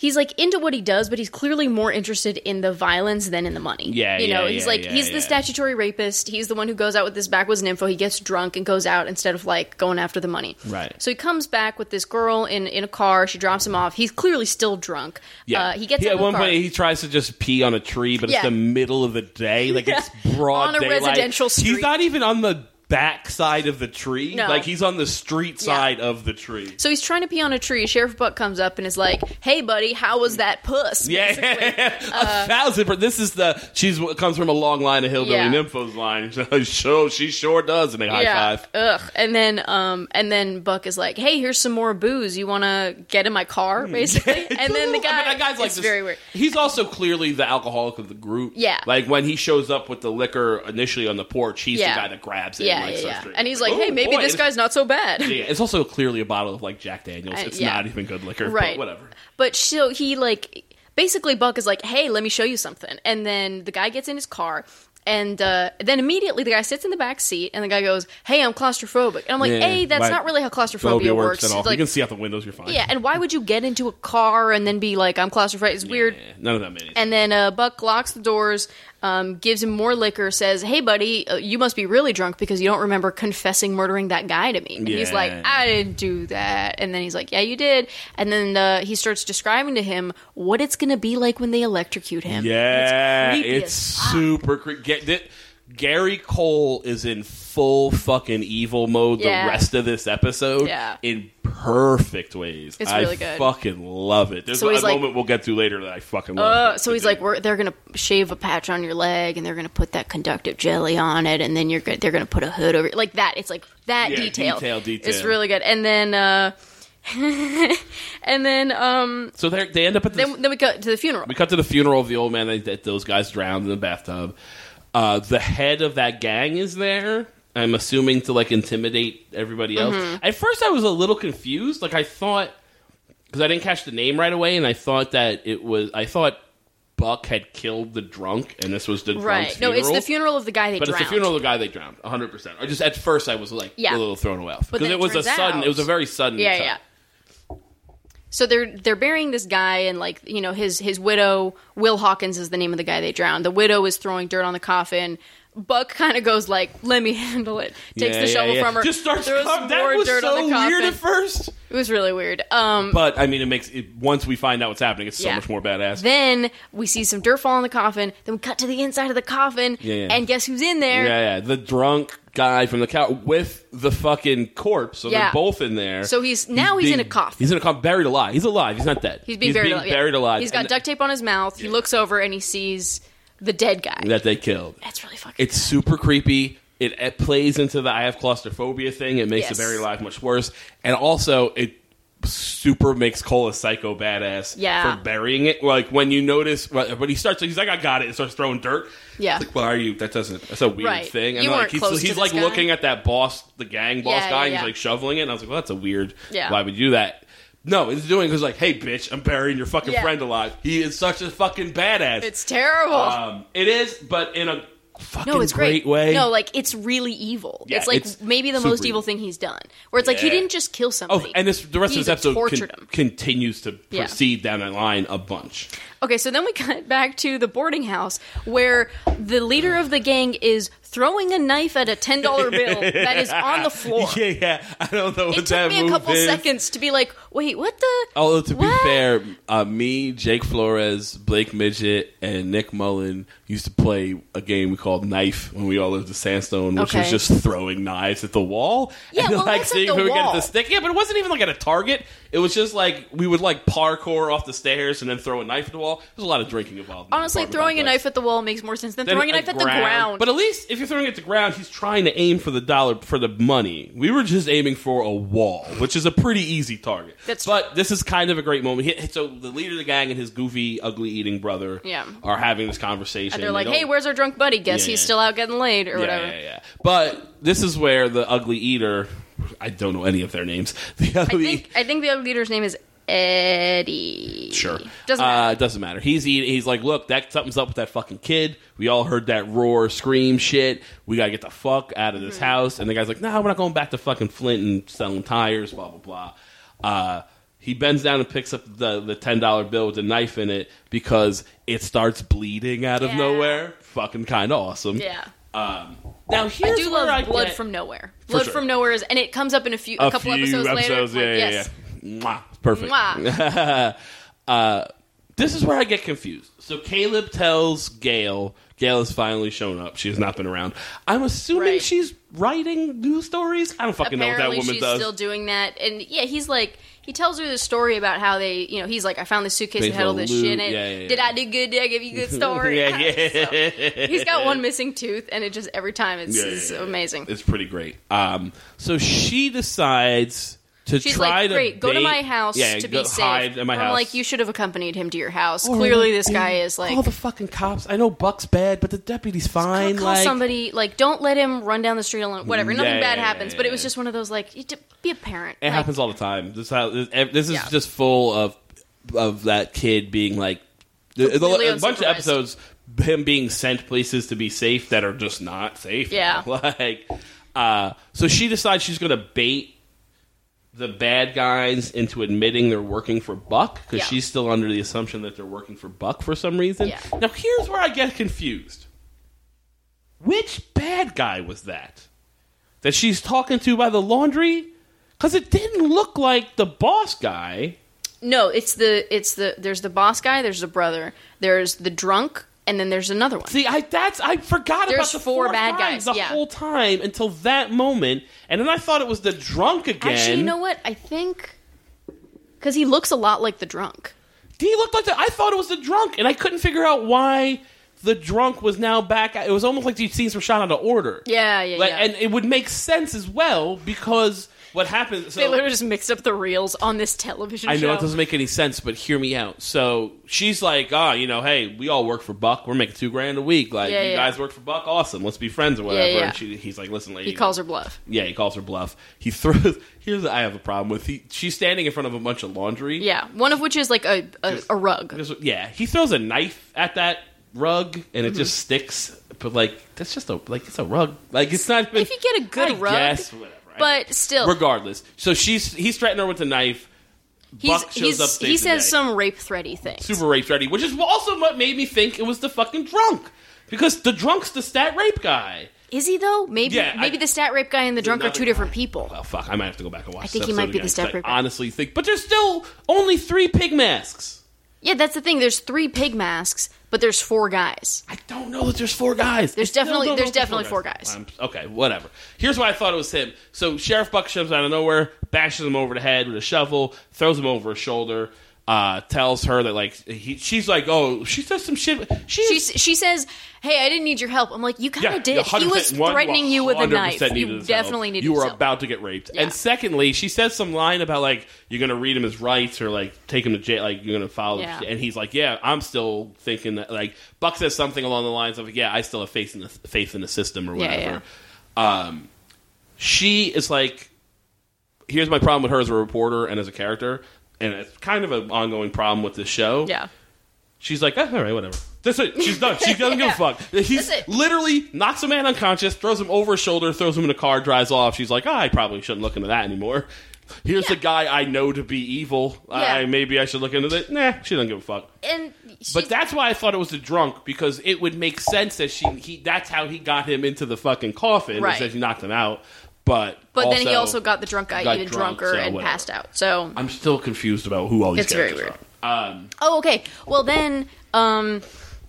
he's like into what he does, but he's clearly more interested in the violence than in the money. Yeah, you know, yeah, he's yeah, like yeah, he's yeah. the statutory rapist. He's the one who goes out with this backwards nympho. He gets drunk and goes out instead of like going after the money. Right. So he comes back with this girl in in a car. She drops him off. He's clearly still drunk. Uh, he gets out at of the one car. point he tries to just pee on a tree, but it's Yeah. the middle of the day, like it's broad On a daylight. residential He's street. not even on the back side of the tree. No. Like he's on the street side of the tree. So he's trying to pee on a tree. Sheriff Buck comes up and is like, "Hey, buddy, how was that puss?" Yeah, a Uh, thousand. per- This is the she's comes from a long line of hillbilly Yeah. nymphos line. so she sure does, and they high yeah. five. Ugh. And then, um, and then Buck is like, "Hey, here's some more booze. You want to get in my car?" Basically. and Hmm. then the I mean, guy, that guy's like it's this- very weird. He's also clearly the alcoholic of the group. Yeah. like when he shows up with the liquor initially on the porch, he's Yeah. the guy that grabs it. and, Yeah, like, yeah, starts yeah. drinking. And he's like, "Oh, "Hey, maybe boy, this this- guy's not so bad." Yeah, it's also clearly a bottle of like Jack Daniels. Uh, It's yeah. not even good liquor, Right. but whatever. But so he like basically Buck is like, "Hey, let me show you something." And then the guy gets in his car. And uh, then immediately the guy sits in the back seat, and the guy goes, "Hey, I'm claustrophobic." And I'm like, Yeah, "Hey, that's right. not really how claustrophobia works." at all. It's like, you can see out the windows. You're fine. yeah, and why would you get into a car and then be like, "I'm claustrophobic"? It's weird. Yeah, Eh, none of that many. And then uh, Buck locks the doors, um, gives him more liquor, says, "Hey, buddy, uh, you must be really drunk because you don't remember confessing murdering that guy to me." And he's Yeah. like, "I didn't do that." And then he's like, "Yeah, you did." And then uh, he starts describing to him what it's going to be like when they electrocute him. Yeah, And it's creepy it's as super creepy. Get thi- Gary Cole is in full fucking evil mode Yeah. the rest of this episode Yeah. in perfect ways. It's I really good. fucking love it. There's So a, he's like- moment we'll get to later that I fucking love. Uh, so he's Dude. like, we're, they're gonna shave a patch on your leg, and they're gonna put that conductive jelly on it, and then you're go- they're gonna put a hood over it. like that. It's like that Yeah, detail. detail, detail. It's really good. And then, uh, and then, um, so they they end up at this. then, then we go to the funeral. we cut to the funeral of the old man that, that those guys drowned in the bathtub. Uh, the head of that gang is there. I'm assuming to like intimidate everybody else. Mm-hmm. At first, I was a little confused. Like I thought because I didn't catch the name right away, and I thought that it was I thought Buck had killed the drunk, and this was the drunk's Right. No, it's the funeral of the guy that But drowned. it's the funeral of the guy they drowned, 100. percent I just at first I was like Yeah. a little thrown away But because then it it was a turns sudden. out- It was a very sudden. Yeah, cut. yeah. So they're they're burying this guy, and like you know, his his widow, Will Hawkins, is the name of the guy they drowned. The widow is throwing dirt on the coffin. Buck kind of goes like, "Let me handle it." Takes Yeah, yeah, the shovel yeah. from her. Just starts. throws com- that more was dirt so on the coffin. weird at first. It was really weird. Um, But I mean, it makes it once we find out what's happening, it's so Yeah. much more badass. then we see some dirt fall on the coffin. Then we cut to the inside of the coffin, Yeah, yeah. and guess who's in yeah, there? yeah, the drunk guy from the cow with the fucking corpse, so they're Yeah. both in there. So he's- now he's in a coffin. He's in a coffin, buried alive. He's alive. He's not dead. He's being buried alive. yeah. alive. He's got and- duct tape on his mouth. He looks over and he sees the dead guy. that they killed. That's really fucking. It's super creepy. It, it plays into the I have claustrophobia thing. It makes Yes. the buried alive much worse, and also it super makes Cole a psycho badass Yeah. for burying it. Like when you notice, well, when he starts, he's like, "I got it," and starts throwing dirt. Yeah. It's like, why are you? That doesn't. That's a weird Right. thing. And You like weren't he's, close to he's this like guy. looking at that boss, the gang boss Yeah, guy, yeah, and yeah. he's like shoveling it. And I was like, "Well, that's a weird. Yeah. Why would you do that?" No, it's doing because like, hey, bitch, I'm burying your fucking Yeah. friend alive. He is such a fucking badass. It's terrible. Um, it is, but in a fucking no, it's great. way. No, like it's really evil. Yeah, it's like it's maybe the super most evil evil. thing he's done. Where it's like he Yeah. didn't just kill oh, somebody. and this the rest he of this even episode con- tortured him. continues to Yeah. proceed down that line a bunch. Okay, so then we cut back to the boarding house where the leader of the gang is throwing a knife at a ten dollar bill that is on the floor. Yeah, yeah. I don't know what It that took me a move couple is. seconds to be like, wait, what the? Although to What? be fair, uh, me, Jake Flores, Blake Midget, and Nick Mullen used to play a game we called Knife when we all lived at Sandstone, which was Okay. just throwing knives at the wall Yeah, and well, like that's at seeing the who would get wall. the stick. Yeah, but it wasn't even like at a target. It was just like we would like parkour off the stairs and then throw a knife at the wall. There's a lot of drinking involved. in the Honestly, apartment throwing a complex knife at the wall makes more sense than, than throwing a knife at the ground. But at least if you're throwing it at the ground, he's trying to aim for the dollar for the money. We were just aiming for a wall, which is a pretty easy target. That's true. but this is kind of a great moment. He- So the leader of the gang and his goofy, ugly eating brother Yeah. are having this conversation. they're like, don't- hey, where's our drunk buddy? Guess Yeah, he's yeah. still out getting laid or yeah, whatever. Yeah, yeah. But this is where the ugly eater. I don't know any of their names. The I ugly think I think the other leader's name is Eddie. Sure. Doesn't Uh, matter. it doesn't matter. He's eating, he's like, look, that something's up with that fucking kid. We all heard that roar, scream, shit. We gotta get the fuck out of this Mm-hmm. house. And the guy's like, no, we're not going back to fucking Flint and selling tires, blah blah blah. Uh, he- He bends down and picks up the, the ten dollar bill with a knife in it because it starts bleeding out of Yeah. nowhere. Fucking kind of awesome. Yeah. Um, now I here's do where love I Blood get from Nowhere. Blood sure. from Nowhere is, and it comes up in a few, a, couple episodes, later. I'm like, yeah, yes. yeah, yeah. Mwah. Perfect. uh, this is where I get confused. So Caleb tells Gail. Gail has finally shown up. She has not been around. I'm assuming Right. she's writing news stories. I don't fucking Apparently, know what that woman she's does. still doing that, and yeah, he's like, he tells her the story about how they, you know, he's like, I found this suitcase They that had all this loot, shit in it. yeah, yeah, yeah. Did I do good? Did I give you a good story? yeah, So, yeah. he's got one missing tooth, and it just every time it's, Yeah, yeah, it's yeah. amazing. It's pretty great. Um, so she decides to She's try like, to great, go to bait- my house yeah, to go be safe. Hide at my I'm house. like, you should have accompanied him to your house. Or, Clearly, this yeah, guy is like, call the fucking cops. I know Buck's bad, but the deputy's I'll fine. call like, somebody like don't let him run down the street alone whatever Yeah, nothing Mm, yeah, bad yeah, happens yeah, but it yeah. was just one of those like you d- be a parent It Like, happens all the time. This how this, ev- this is Yeah. just full of of that kid being like th- a Completely bunch of unsupervised. episodes him being sent places to be safe that are just not safe. Yeah. like uh, so she decides she's going to bait the bad guys into admitting they're working for Buck because Yeah. she's still under the assumption that they're working for Buck for some reason. Yeah. Now here's where I get confused. Which bad guy was that? that she's talking to by the laundry? Because it didn't look like the boss guy. no it's the it's the there's the boss guy there's the brother there's the drunk and then there's another one See, I that's I forgot about There's the four bad guy guys, the yeah. whole time until that moment, and then I thought it was the drunk again. actually you know what i think because he looks a lot like the drunk he looked like the, I thought it was the drunk, and I couldn't figure out why the drunk was now back. It was almost like these scenes were shot out of order. yeah yeah Like, yeah and it would make sense as well because what happens? So, they literally just mixed up the reels on this television I know show. it doesn't make any sense, but hear me out. So she's like, ah, you know, hey, we all work for Buck. We're making two grand a week. Like, Yeah, you yeah. guys work for Buck. Awesome. Let's be friends or whatever. yeah. And she, he's like, listen, lady. he calls her bluff Yeah, he calls her bluff. He throws. Here's what I have a problem with. He, she's standing in front of a bunch of laundry. yeah one of which is like a a, a rug This- yeah. He throws a knife at that rug, and it just sticks. But like, that's just a like it's a rug. Like it's not. Even, if you get a good I rug guess, whatever. I- but still regardless, so she's he's threatening her with a knife. he's, Buck shows he's, up. he saves the says day. some rape thready things super rape ready, which is also what made me think it was the fucking drunk because the drunk's the stat rape guy. Is he though? Maybe Yeah, I- maybe the stat rape guy and the drunk are another two different people. Well, Oh, fuck, I might have to go back and watch. I think he might be the stat rape guy. I honestly think, but there's still only three pig masks. Yeah, that's the thing. There's three pig masks, but there's four guys. I don't know that there's four guys. There's I still definitely- don't know there's if there's definitely four guys. I'm- okay, whatever. Here's why I thought it was him. So Sheriff Buck shoves out of nowhere, bashes him over the head with a shovel, throws him over his shoulder. Uh, tells her that like he, she's like oh she says some shit she She is s- she says, "Hey, I didn't need your help." I'm like, "You kind of Yeah, did. He 100% was one- threatening you with a 100% knife. needed You his definitely help. needed You his were help." about to get raped. Yeah. And secondly, she says some line about like you're gonna read him his rights or like take him to jail, like you're gonna follow. Yeah. him. And he's like, yeah, I'm still thinking that. Like Buck says something along the lines of, yeah, I still have faith in the faith in the system or Yeah, whatever. Um, she is like, here's my problem with her as a reporter and as a character, and it's kind of an ongoing problem with this show. yeah, She's like, "Ah, all right, whatever. That's it. She's done. She doesn't give a Yeah. fuck. He's That's it. literally knocks a man unconscious, throws him over his shoulder, throws him in a car, drives off. She's like, ah, I probably shouldn't look into that anymore. Here's the guy I know to be evil. I, Yeah. maybe I should look into it. Nah, she doesn't give a fuck. and she, But that's why I thought it was the drunk because it would make sense that she he that's how he got him into the fucking coffin. Right. Right. Is that she knocked him out. But but then he also got the drunk guy got even drunk, drunker so and whatever. passed out. So I'm still confused about who all these It's very characters weird. are. Um, Oh, okay. Well, then, um,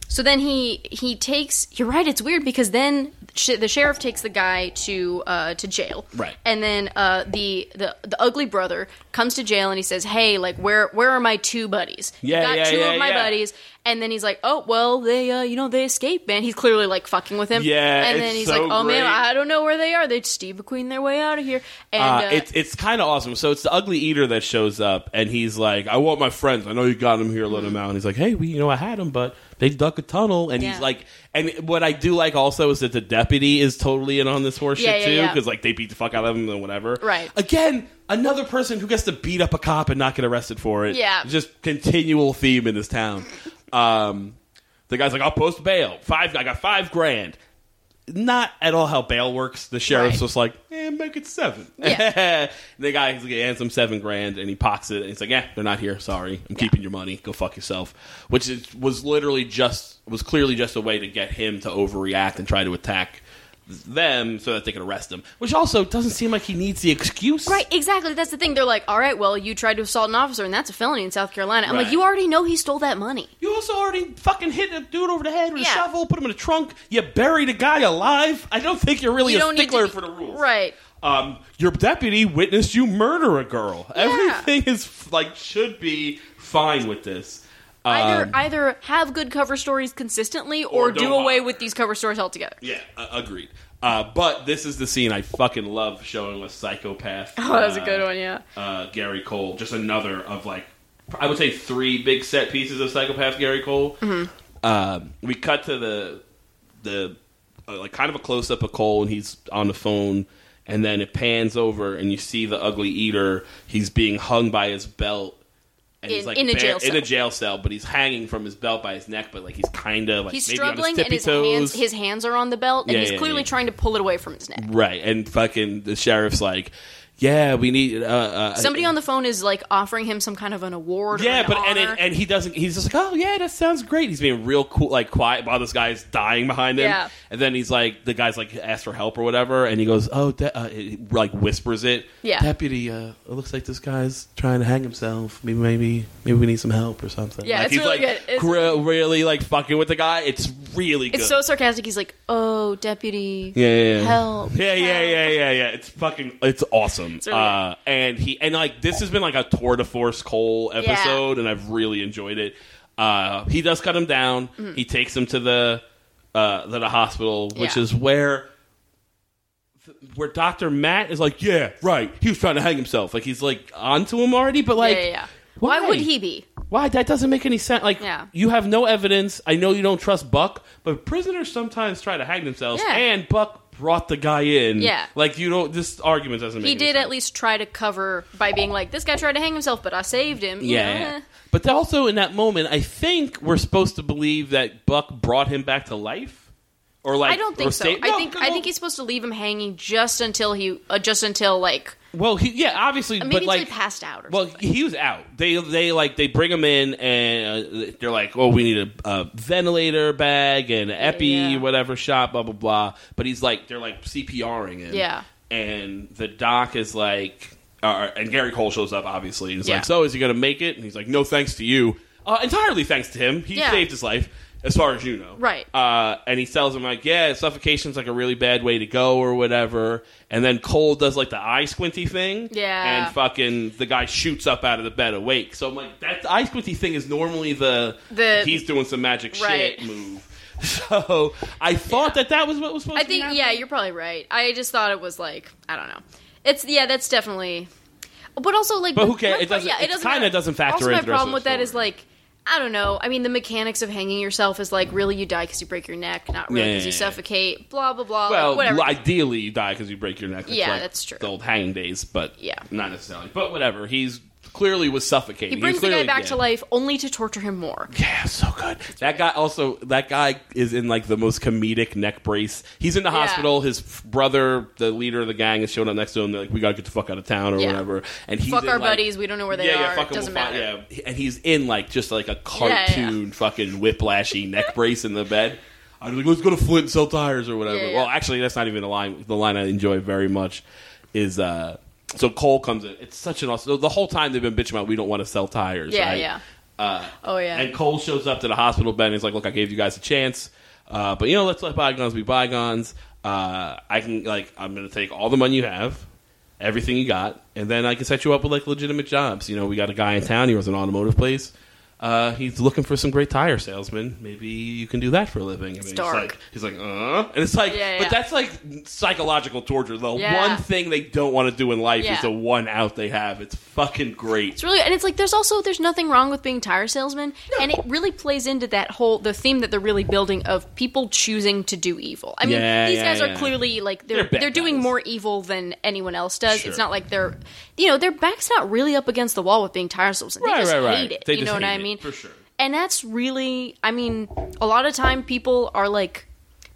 so then he he takes. You're right. It's weird because then sh- the sheriff takes the guy to uh, to jail, Right. And then uh, the the the ugly brother comes to jail and he says, "Hey, like where where are my two buddies? You Yeah, got yeah, two yeah, of my yeah. buddies." And then he's like, "Oh well, they uh, you know they escaped, man." He's clearly like fucking with him. Yeah, And it's then he's so like, "Oh man, great. I don't know where they are. They Steve McQueen their way out of here." And Uh, uh, it's it's kind of awesome. So it's the ugly eater that shows up, and he's like, "I want my friends. I know you got them here. Let Mm-hmm. them out." And he's like, "Hey, we, you know, I had them, but they dug a tunnel." And he's Yeah. like, "And what I do like also is that the deputy is totally in on this horseshit Yeah, yeah, too, yeah. because like they beat the fuck out of him and whatever." Right. Again, another person who gets to beat up a cop and not get arrested for it. Yeah. Just continual theme in this town. Um, the guy's like, "I'll post bail. Five. I got five grand." not at all how bail works. The sheriff's Right. just like, eh, make it seven. Yeah. the guy hands him seven grand and he pockets it. And he's like, yeah, they're not here. Sorry. I'm keeping your money. Go fuck yourself. Which is, was literally just, was clearly just a way to get him to overreact and try to attack them so that they could arrest him. Which also doesn't seem like he needs the excuse. Right, exactly. That's the thing. They're like, all right, well, you tried to assault an officer, and that's a felony in South Carolina. I'm Right. like, you already know he stole that money. You also already fucking hit a dude over the head with a Yeah. shovel, put him in a trunk. You buried a guy alive. I don't think you're really You a don't need to stickler be- for the rules. Right. um, your deputy witnessed you murder a girl. Yeah. Everything is like should be fine with this. Um, Either either have good cover stories consistently, or, Or do don't away bother. with these cover stories altogether. yeah, uh, agreed. Uh, but this is the scene I fucking love showing with psychopath. Oh, that was a uh, good one. Yeah. uh, Gary Cole. Just another of like, I would say three big set pieces of psychopath Gary Cole. Mm-hmm. Um, we cut to the the uh, like kind of a close up of Cole, and he's on the phone, and then it pans over, and you see the ugly eater. He's being hung by his belt. And he's In- like in a bare- jail in cell. a jail cell, but he's hanging from his belt by his neck, but like he's kind of like He's maybe on his struggling, and tippy his toes. hands his hands are on the belt, and Yeah, he's yeah, clearly yeah. Mm-hmm. trying to pull it away from his neck. right, and fucking the sheriff's like, yeah, we need uh, uh, Somebody on the phone is like offering him some kind of an award. or Yeah, an but and, honor. it, and he doesn't. He's just like, oh yeah, that sounds great. He's being real cool, like quiet while this guy's dying behind him. Yeah. And then he's like, the guy's like, asked for help or whatever, and he goes, oh, de- uh, it, like whispers it. Yeah. Deputy, uh, it looks like this guy's trying to hang himself. Maybe, maybe, maybe we need some help or something. Yeah, like, it's he's really like, good. It's- gr- really like fucking with the guy. It's really good. it's so sarcastic. He's like, "Oh, deputy, Yeah, yeah, yeah. help, Yeah, yeah, help." yeah, yeah, yeah. It's fucking, it's awesome. really uh, and he, and like this has been like a tour de force Cole episode, and I've really enjoyed it. Uh, he does cut him down. Mm-hmm. He takes him to the uh, to the hospital, which Yeah. is where where Doctor Matt is like, yeah, right. He was trying to hang himself. Like he's like onto him already, but like, yeah, yeah, yeah. Why? would he be? why? That doesn't make any sense. Like, Yeah. you have no evidence. I know you don't trust Buck, but prisoners sometimes try to hang themselves, Yeah. and Buck brought the guy in. Yeah. Like, you don't, this argument doesn't make He any did sense. at least try to cover by being like, "This guy tried to hang himself, but I saved him." you Yeah. know, eh. But th- also in that moment, I think we're supposed to believe that Buck brought him back to life. Or like, I don't or think so. saved- I No, think good I old- think he's supposed to leave him hanging just until he, uh, just until like well, he, yeah, obviously, maybe but until like, he passed out. Or Well, something. he was out. They they like they bring him in and uh, they're like, "Oh, we need a, a ventilator bag and an epi, Yeah. whatever shot, blah blah blah." But he's like, they're like CPRing him. Yeah. And the doc is like, uh, and Gary Cole shows up obviously, and he's Yeah. like, "So is he gonna make it?" And he's like, "No, thanks to you. Uh, entirely thanks to him. He Yeah. saved his life." As far as you know, Right. Uh, and he tells him like, "Yeah, suffocation's like a really bad way to go, or whatever." And then Cole does like the eye squinty thing, Yeah. and fucking the guy shoots up out of the bed awake. So I'm like, that eye squinty thing is normally the, The- he's doing some magic Right. shit move. So I thought that that was what was supposed I to be think yeah, happening. you're probably right. I just thought it was like I don't know. It's yeah, that's definitely. But also like, But who my cares? It pro- doesn't- Yeah, it kinda matter. doesn't factor Also, into my the rest problem of with the that is story. like. I don't know. I mean, the mechanics of hanging yourself is like really you die because you break your neck, not really Yeah, because yeah, you yeah. suffocate. Blah blah blah. Well, like, whatever. ideally you die because you break your neck. Yeah, that's true. The old hanging days, but Yeah. not necessarily. But whatever. He's clearly was suffocating. he brings the clearly, guy back yeah. to life only to torture him more. Yeah, so good. That guy also. That guy is in like the most comedic neck brace. He's in the Yeah. hospital. His f- brother, the leader of the gang, is showing up next to him. They're like, "We gotta get the fuck out of town" or Yeah. whatever. And he's Fuck in, our like- buddies. We don't know where they yeah, are. yeah, fuck it doesn't matter. Yeah, and he's in like just like a yeah. cartoon fucking whiplashy neck brace in the bed. I was like, let's go to Flint and sell tires or whatever. Yeah, yeah. Well, actually, that's not even the line. The line I enjoy very much is uh so Cole comes in. It's such an awesome. The whole time they've been bitching about we don't want to sell tires. Yeah, right? yeah. Uh, Oh, yeah. And Cole shows up to the hospital bed and he's like, "Look, I gave you guys a chance, uh, but you know, let's let bygones be bygones. Uh, I can like, I'm going to take all the money you have, everything you got, and then I can set you up with like legitimate jobs. You know, we got a guy in town. He runs an automotive place. Uh, he's looking for some great tire salesman. Maybe you can do that for a living. It's dark. He's like, he's like, uh, and it's like, Yeah, yeah. but that's like psychological torture. The Yeah. one thing they don't want to do in life Yeah. is the one out they have. It's fucking great. It's really and it's like there's also there's nothing wrong with being tire salesman, and it really plays into that whole the theme that they're really building of people choosing to do evil. I mean, Yeah, these yeah, guys yeah. are clearly like They're they're bad they're, doing guys. more evil than anyone else does. Sure. It's not like they're you know their back's not really up against the wall with being tire salesman. They Right, just right, right. hate it. They you just know what hate I it, mean? for sure. And that's really I mean a lot of time people are like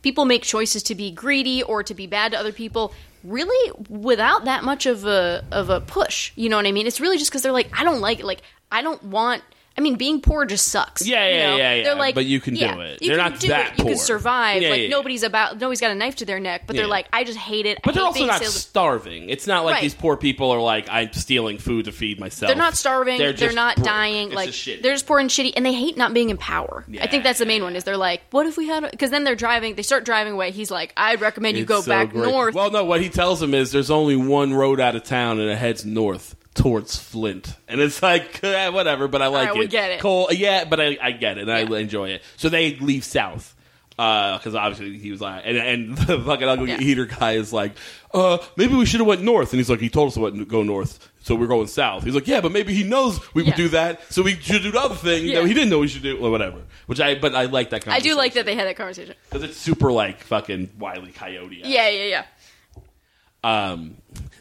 people make choices to be greedy or to be bad to other people really without that much of a of a push. You know what I mean? It's really just because they're like, I don't like it. Like I don't want. I mean, being poor just sucks. Yeah, you yeah, know? yeah, yeah. They're like, But you can do yeah, it. You They're can not do that it. You poor. can survive. Yeah, like yeah, yeah. nobody's about. Nobody's got a knife to their neck, but Yeah. they're like, I just hate it. I But they're hate also being not salesman." starving. It's not like Right. these poor people are like, I'm stealing food to feed myself. They're not starving. They're, just not broke. dying. It's like just shitty. they're just poor and shitty, and they hate not being in power. I think that's the main one. Is they're like, what if we had? Because then they're driving. They start driving away. He's like, I'd recommend you It's go so back great. north. Well, no, what he tells him is there's only one road out of town and it heads north towards Flint. And it's like, eh, whatever, but I like right, it. we get it. Cole, yeah, but I, I get it and Yeah. I enjoy it. So they leave south. Because obviously he was like, and, and the fucking ugly Yeah. eater guy is like, uh, maybe we should have went north. And he's like, he told us to went- go north, so we're going south. He's like, yeah, but maybe he knows we Yeah. would do that, so we should do the other thing Yeah. that he didn't know we should do, or whatever. Which I, but I like that. I do like conversation. that they had that conversation. Because it's super like fucking wily coyote. Yeah, yeah, yeah. Um,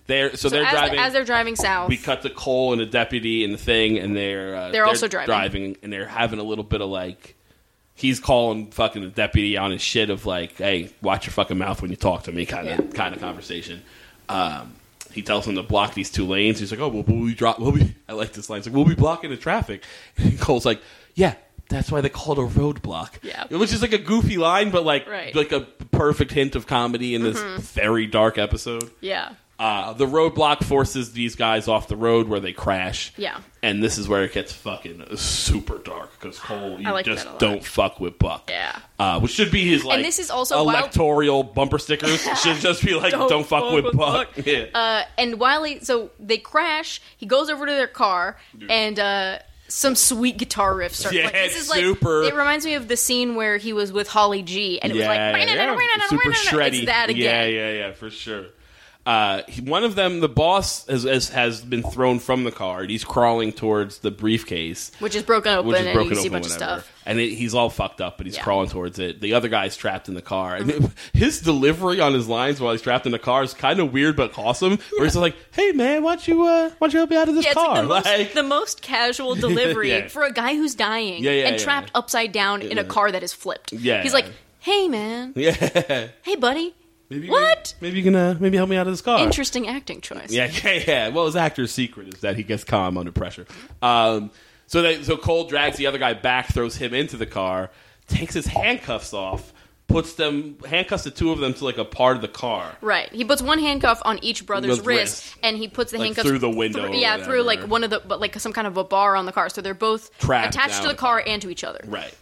they're so, So they're as, driving. as they're driving south, we cut to Cole and the deputy and the thing, and they're uh, They're also driving. and they're having a little bit of like. He's calling fucking the deputy on his shit of like, hey, watch your fucking mouth when you talk to me, kind of Yeah. kind of conversation. Um, he tells him to block these two lanes. He's like, oh, well, we'll be drop. We'll be. I like this line. It's like, we'll be blocking the traffic. And Cole's like, yeah, that's why they call it a roadblock. Yeah. which is like a goofy line, but like Right. Mm-hmm. like a perfect hint of comedy in this very dark episode. yeah, Uh, the roadblock forces these guys off the road where they crash. Yeah. And this is where it gets fucking super dark because Cole, you I like that a just lot. don't fuck with Buck. Yeah. Uh, which should be his like this is also wild- electoral bumper stickers. should just be like, Don't don't, fuck, with, Buck. Yeah. uh, and Wiley. So they crash. He goes over to their car and. uh some sweet guitar riff starts. Yeah, like, this is like super. it reminds me of the scene where he was with Holly G, and it was yeah, like yeah, yeah. super shreddy. It's that again. Yeah, yeah, yeah, for sure. Uh, he- one of them, the boss, has, has has been thrown from the car. and He's crawling towards the briefcase, which is broken open which is and broken you see open, a bunch whatever. of stuff. And it, he's all fucked up, but he's Yeah. Uh-huh. crawling towards it. The other guy's trapped in the car. And his delivery on his lines while he's trapped in the car is kind of weird, but awesome. Where he's like, "Hey man, why don't you uh, why don't you help me out of this Yeah, it's like car?" the, most, Like, the most casual delivery Yeah. for a guy who's dying Yeah, yeah, and yeah, trapped yeah. upside down in a car that is flipped. Yeah. he's like, "Hey, man. yeah. Hey, buddy. Maybe you What? Can, maybe you can uh, maybe help me out of this car. Interesting acting choice. Yeah, yeah, yeah. Well, his actor's secret is that he gets calm under pressure. Um, so they, so Cole drags the other guy back, throws him into the car, takes his handcuffs off, puts them handcuffs the two of them to like a part of the car. Right. He puts one handcuff on each brother's Brother's wrist, wrist. and he puts the Like, handcuffs through the window through- or yeah, through like whatever. one of the but like some kind of a bar on the car. So they're both Trapped attached down to the the car and to each other. Right.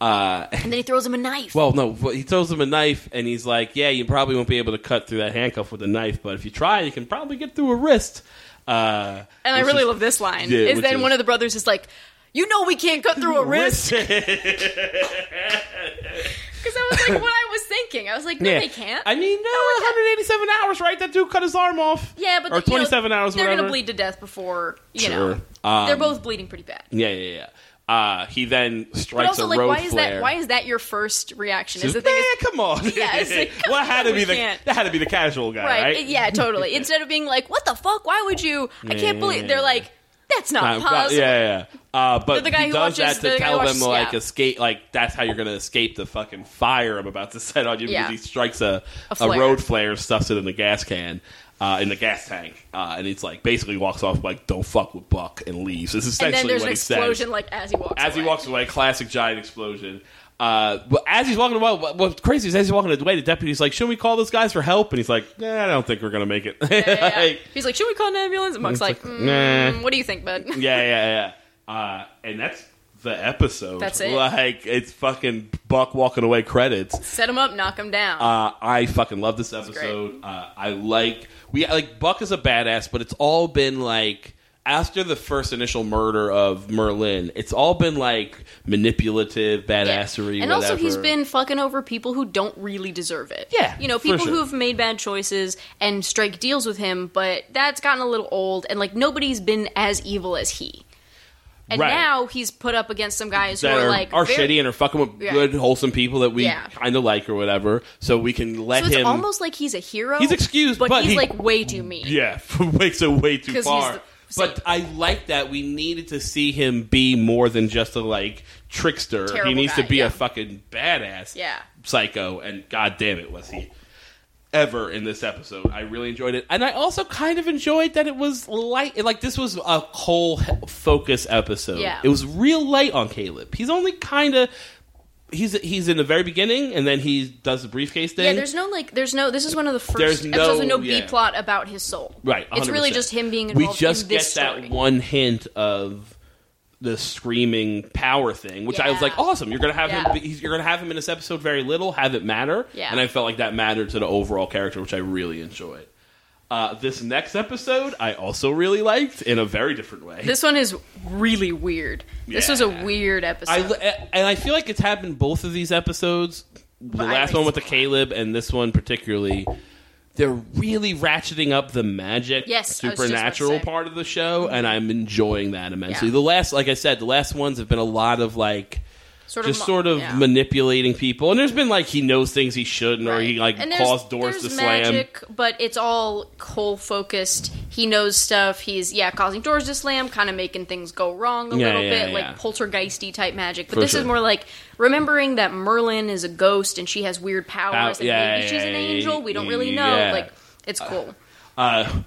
Uh, And then he throws him a knife. well, no, well, he throws him a knife, and he's like, "Yeah, you probably won't be able to cut through that handcuff with a knife, but if you try, you can probably get through a wrist." Uh, and I which really is- love this line. Yeah, is which then is- one of the brothers is like, "You know we can't cut through a wrist." Because I was like, what I was thinking. I was like, no, Yeah. they can't. I mean, no, it can't. 187 hours, right? That dude cut his arm off. yeah, but or the- you know, 27 hours, They're whatever. gonna bleed to death before you know. Sure. Um, they're both bleeding pretty bad. Yeah, yeah, yeah. Uh, he then But strikes a also, like, road why is flare. that? Why is that your first reaction? Says, Is the thing "Man, is, come on. Yeah, it's like, come well, it had to on, we be the can't. that had to be the casual guy, right? right? Yeah, totally. Instead of being like, what the fuck? Why would you? I can't believe. They're like, that's not Uh, possible. yeah, yeah. Uh, but The guy he who does watches- that to the guy who tell them watches- like yeah. escape, like that's how you're gonna escape the fucking fire I'm about to set on you Yeah. because he strikes a, A a, flare. road flare, and stuffs it in the gas can, uh, in the gas tank, uh, and it's like basically walks off like don't fuck with Buck and leaves. This is And then essentially there's what an he says. explosion, like as he walks. as he away. walks away, classic giant explosion. Uh, but as he's walking away, what- what's crazy is as he's walking away, the deputy's like, "Should we call those guys for help?" And he's like, "Yeah, I don't think we're gonna make it." Yeah, yeah, yeah. Like, He's like, should we call an ambulance? And Monk's like, like, mm, nah. what do you think, bud? yeah, yeah, yeah. Uh, and that's the episode. That's it. Like it's fucking Buck walking away credits. Set him up, knock him down. Uh, I fucking love this great. episode. Uh, I like we like Buck is a badass, but it's all been like after the first initial murder of Merlin, it's all been like manipulative Yeah. badassery. And also, he's whatever. been fucking over people who don't really deserve it. Yeah, you know, for people sure. who've made bad choices and strike deals with him, but that's gotten a little old, and like nobody's been as evil as he. And Right. now he's put up against some guys that who are, are, like are very- shitty and are fucking with Yeah. good, wholesome people that we Yeah. kind of like or whatever. So we can let So it's him. almost like he's a hero. He's excused, but he's he- like way too mean. yeah, wakes it way too 'Cause he's far. the- But I like that we needed to see him be more than just a like trickster. Terrible he needs guy, to be yeah. a fucking badass Yeah. psycho. And god damn it, was he ever in this episode? I really enjoyed it, and I also kind of enjoyed that it was light. Like this was a Cole focus episode. Yeah. it was real light on Caleb. He's only kind of. He's, he's in the very beginning, and then he does the briefcase thing. Yeah, there's no like, there's no. This is one of the first There's episodes with no- no B yeah. plot about his soul. Right. It's really 100%. just him being We involved just in this get story. that one hint of the screaming power thing, which I was Yeah. like, awesome. You're gonna have Yeah. him. Be, he's- you're gonna have him in this episode very little. Have it matter. Yeah. And I felt like that mattered to the overall character, which I really enjoyed. Uh, this next episode, I also really liked in a very different way. This one is really weird. This was a Yeah. weird I episode. li- and I feel like it's happened both of these episodes. The But I last like one with the this Caleb and this one particularly, they're really ratcheting up the magic, Yes, I was just about to supernatural say. part of the show, and I'm enjoying that immensely. Yeah. The last, like I said, the last ones have been a lot of like sort just mo- sort of yeah. manipulating people, and there's been like he knows things he shouldn't, or Right. he like And there's- caused doors to there's slam. magic, But it's all Cole focused. He knows stuff. He's yeah, causing doors to slam, kind of making things go wrong a Yeah, little yeah, bit, yeah. like poltergeisty type magic. But For this sure. is more like remembering that Merlin is a ghost and she has weird powers, and yeah, maybe she's an yeah, angel. We don't really know. yeah. Like it's cool. Uh,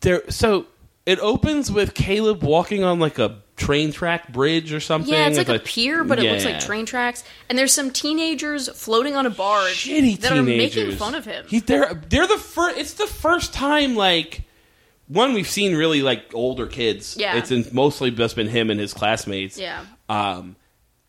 there, so it opens with Caleb walking on like a train track bridge or something. yeah, it's like with a pier, but it looks yeah. like train tracks. And there's some teenagers floating on a barge shitty that are teenagers making fun of him. He, they're they're the first. It's the first time like one we've seen really like older kids. Yeah. it's in, mostly just been him and his classmates. yeah. um,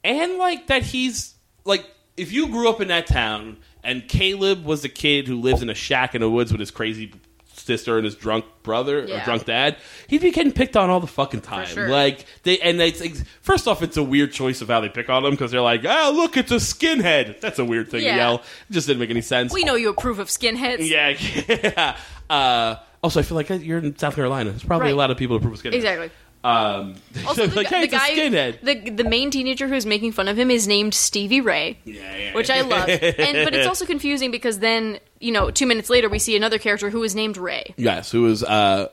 and like that he's like if you grew up in that town and Caleb was the kid who lives in a shack in the woods with his crazy sister and his drunk brother or Yeah. drunk dad he'd be getting picked on all the fucking time sure. like they and it's it's- first off it's a weird choice of how they pick on him because they're like oh look it's a skinhead that's a weird thing Yeah. to yell it just didn't make any sense We know you approve of skinheads. yeah, yeah. Uh, also, I feel like you're in South Carolina. There's probably a Right. lot of people who approve of skinhead. Exactly. Um, Also, the, like, gu- hey, it's the a guy, skinhead. the the main teenager who's making fun of him is named Stevie Ray, Yeah, yeah, which I love. and but it's also confusing because then you know two minutes later we see another character who is named Ray. yes, who was uh,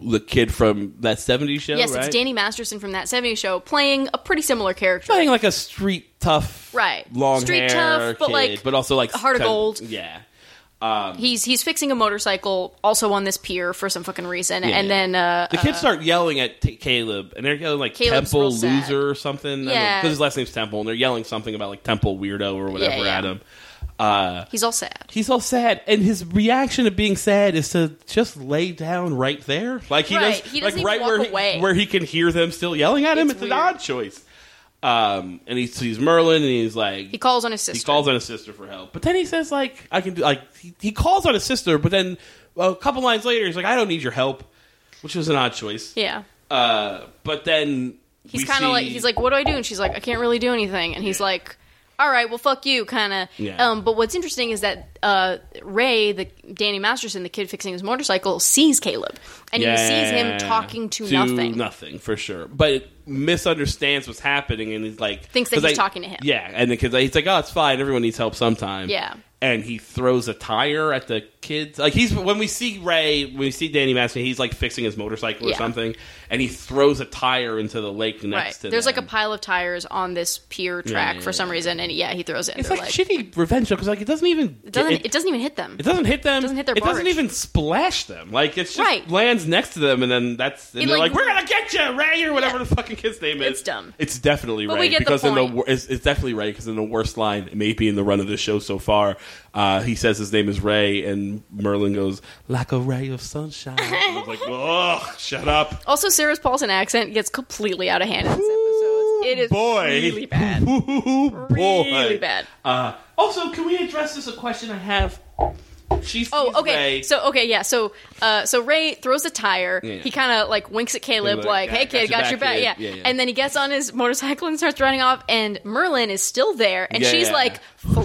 the kid from that '70s show? Yes, Oh, right? it's Danny Masterson from that '70s show playing a pretty similar character. Playing like a street tough, Right. Long Street hair tough, but, kid, like, but also like heart of kind gold. Yeah, He's he's fixing a motorcycle also on this pier for some fucking reason, yeah. and then uh, the kids start yelling at t- Caleb, and they're yelling like Caleb's Temple real sad. loser or something. Yeah. because his last name's Temple, and they're yelling something about like Temple weirdo or whatever yeah. at him. Uh, he's all sad. he's all sad, and his reaction to being sad is to just lay down right there, like he Right. does, He like doesn't even right walk where away. he, where he can hear them still yelling at him. It's It's, an weird. odd choice. Um, and he sees Merlin, and he's like, He calls on his he sister. calls on his sister for help, but then he says like, I can do like he, he calls on his sister, but then a couple lines later, he's like, I don't need your help, which was an odd choice. yeah. Uh, but then He's we kind of like see- he's like, "What do I do?" And she's like, "I can't really do anything." And he's like, "All right, well, fuck you," kind of. Yeah. Um, but what's interesting is that uh, Ray, the Danny Masterson, the kid fixing his motorcycle, sees Caleb, and he sees him talking to, nothing. Nothing for sure, but misunderstands what's happening, and he's like Thinks that 'cause he's talking to him. Yeah, and because he's like, oh, it's fine. Everyone needs help sometime. Yeah. and he throws a tire at the kids. Like he's when we see Ray, when we see Danny Masterson, he's like fixing his motorcycle Yeah. or something, and he throws a tire into the lake next Right. to. There's like a them. pile of tires on this pier track yeah, for some yeah. reason, and yeah, he throws it. and It's they're like, shitty revenge because like it doesn't even it doesn't it, it, doesn't even hit them. it doesn't hit them. doesn't hit their It doesn't barge. even splash them. Like it's just Right. lands next to them, and then that's and It, they're like, like, "We're gonna get you, Ray," or whatever Yeah. the fucking kid's name is. It's dumb. It's definitely But Ray we get the because in point. the wor- it's, it's definitely Ray because in the worst line, maybe in the run of the show so far, uh, he says his name is Ray, and Merlin goes like a ray of sunshine. I was like, "Ugh, shut up." Also, Sarah's Paulson accent gets completely out of hand in this episode. It is boy. really bad. Ooh, boy. Really bad. Uh, also, can we address this? A question I have. She's Oh, okay. Ray. So okay, yeah. So uh, so Ray throws a tire. Yeah. He kind of like winks at Caleb, Caleb, like, yeah, "Hey, kid, got, your back." kid. Yeah. Yeah, yeah. And then he gets on his motorcycle and starts running off. And Merlin is still there, and Yeah, she's yeah. like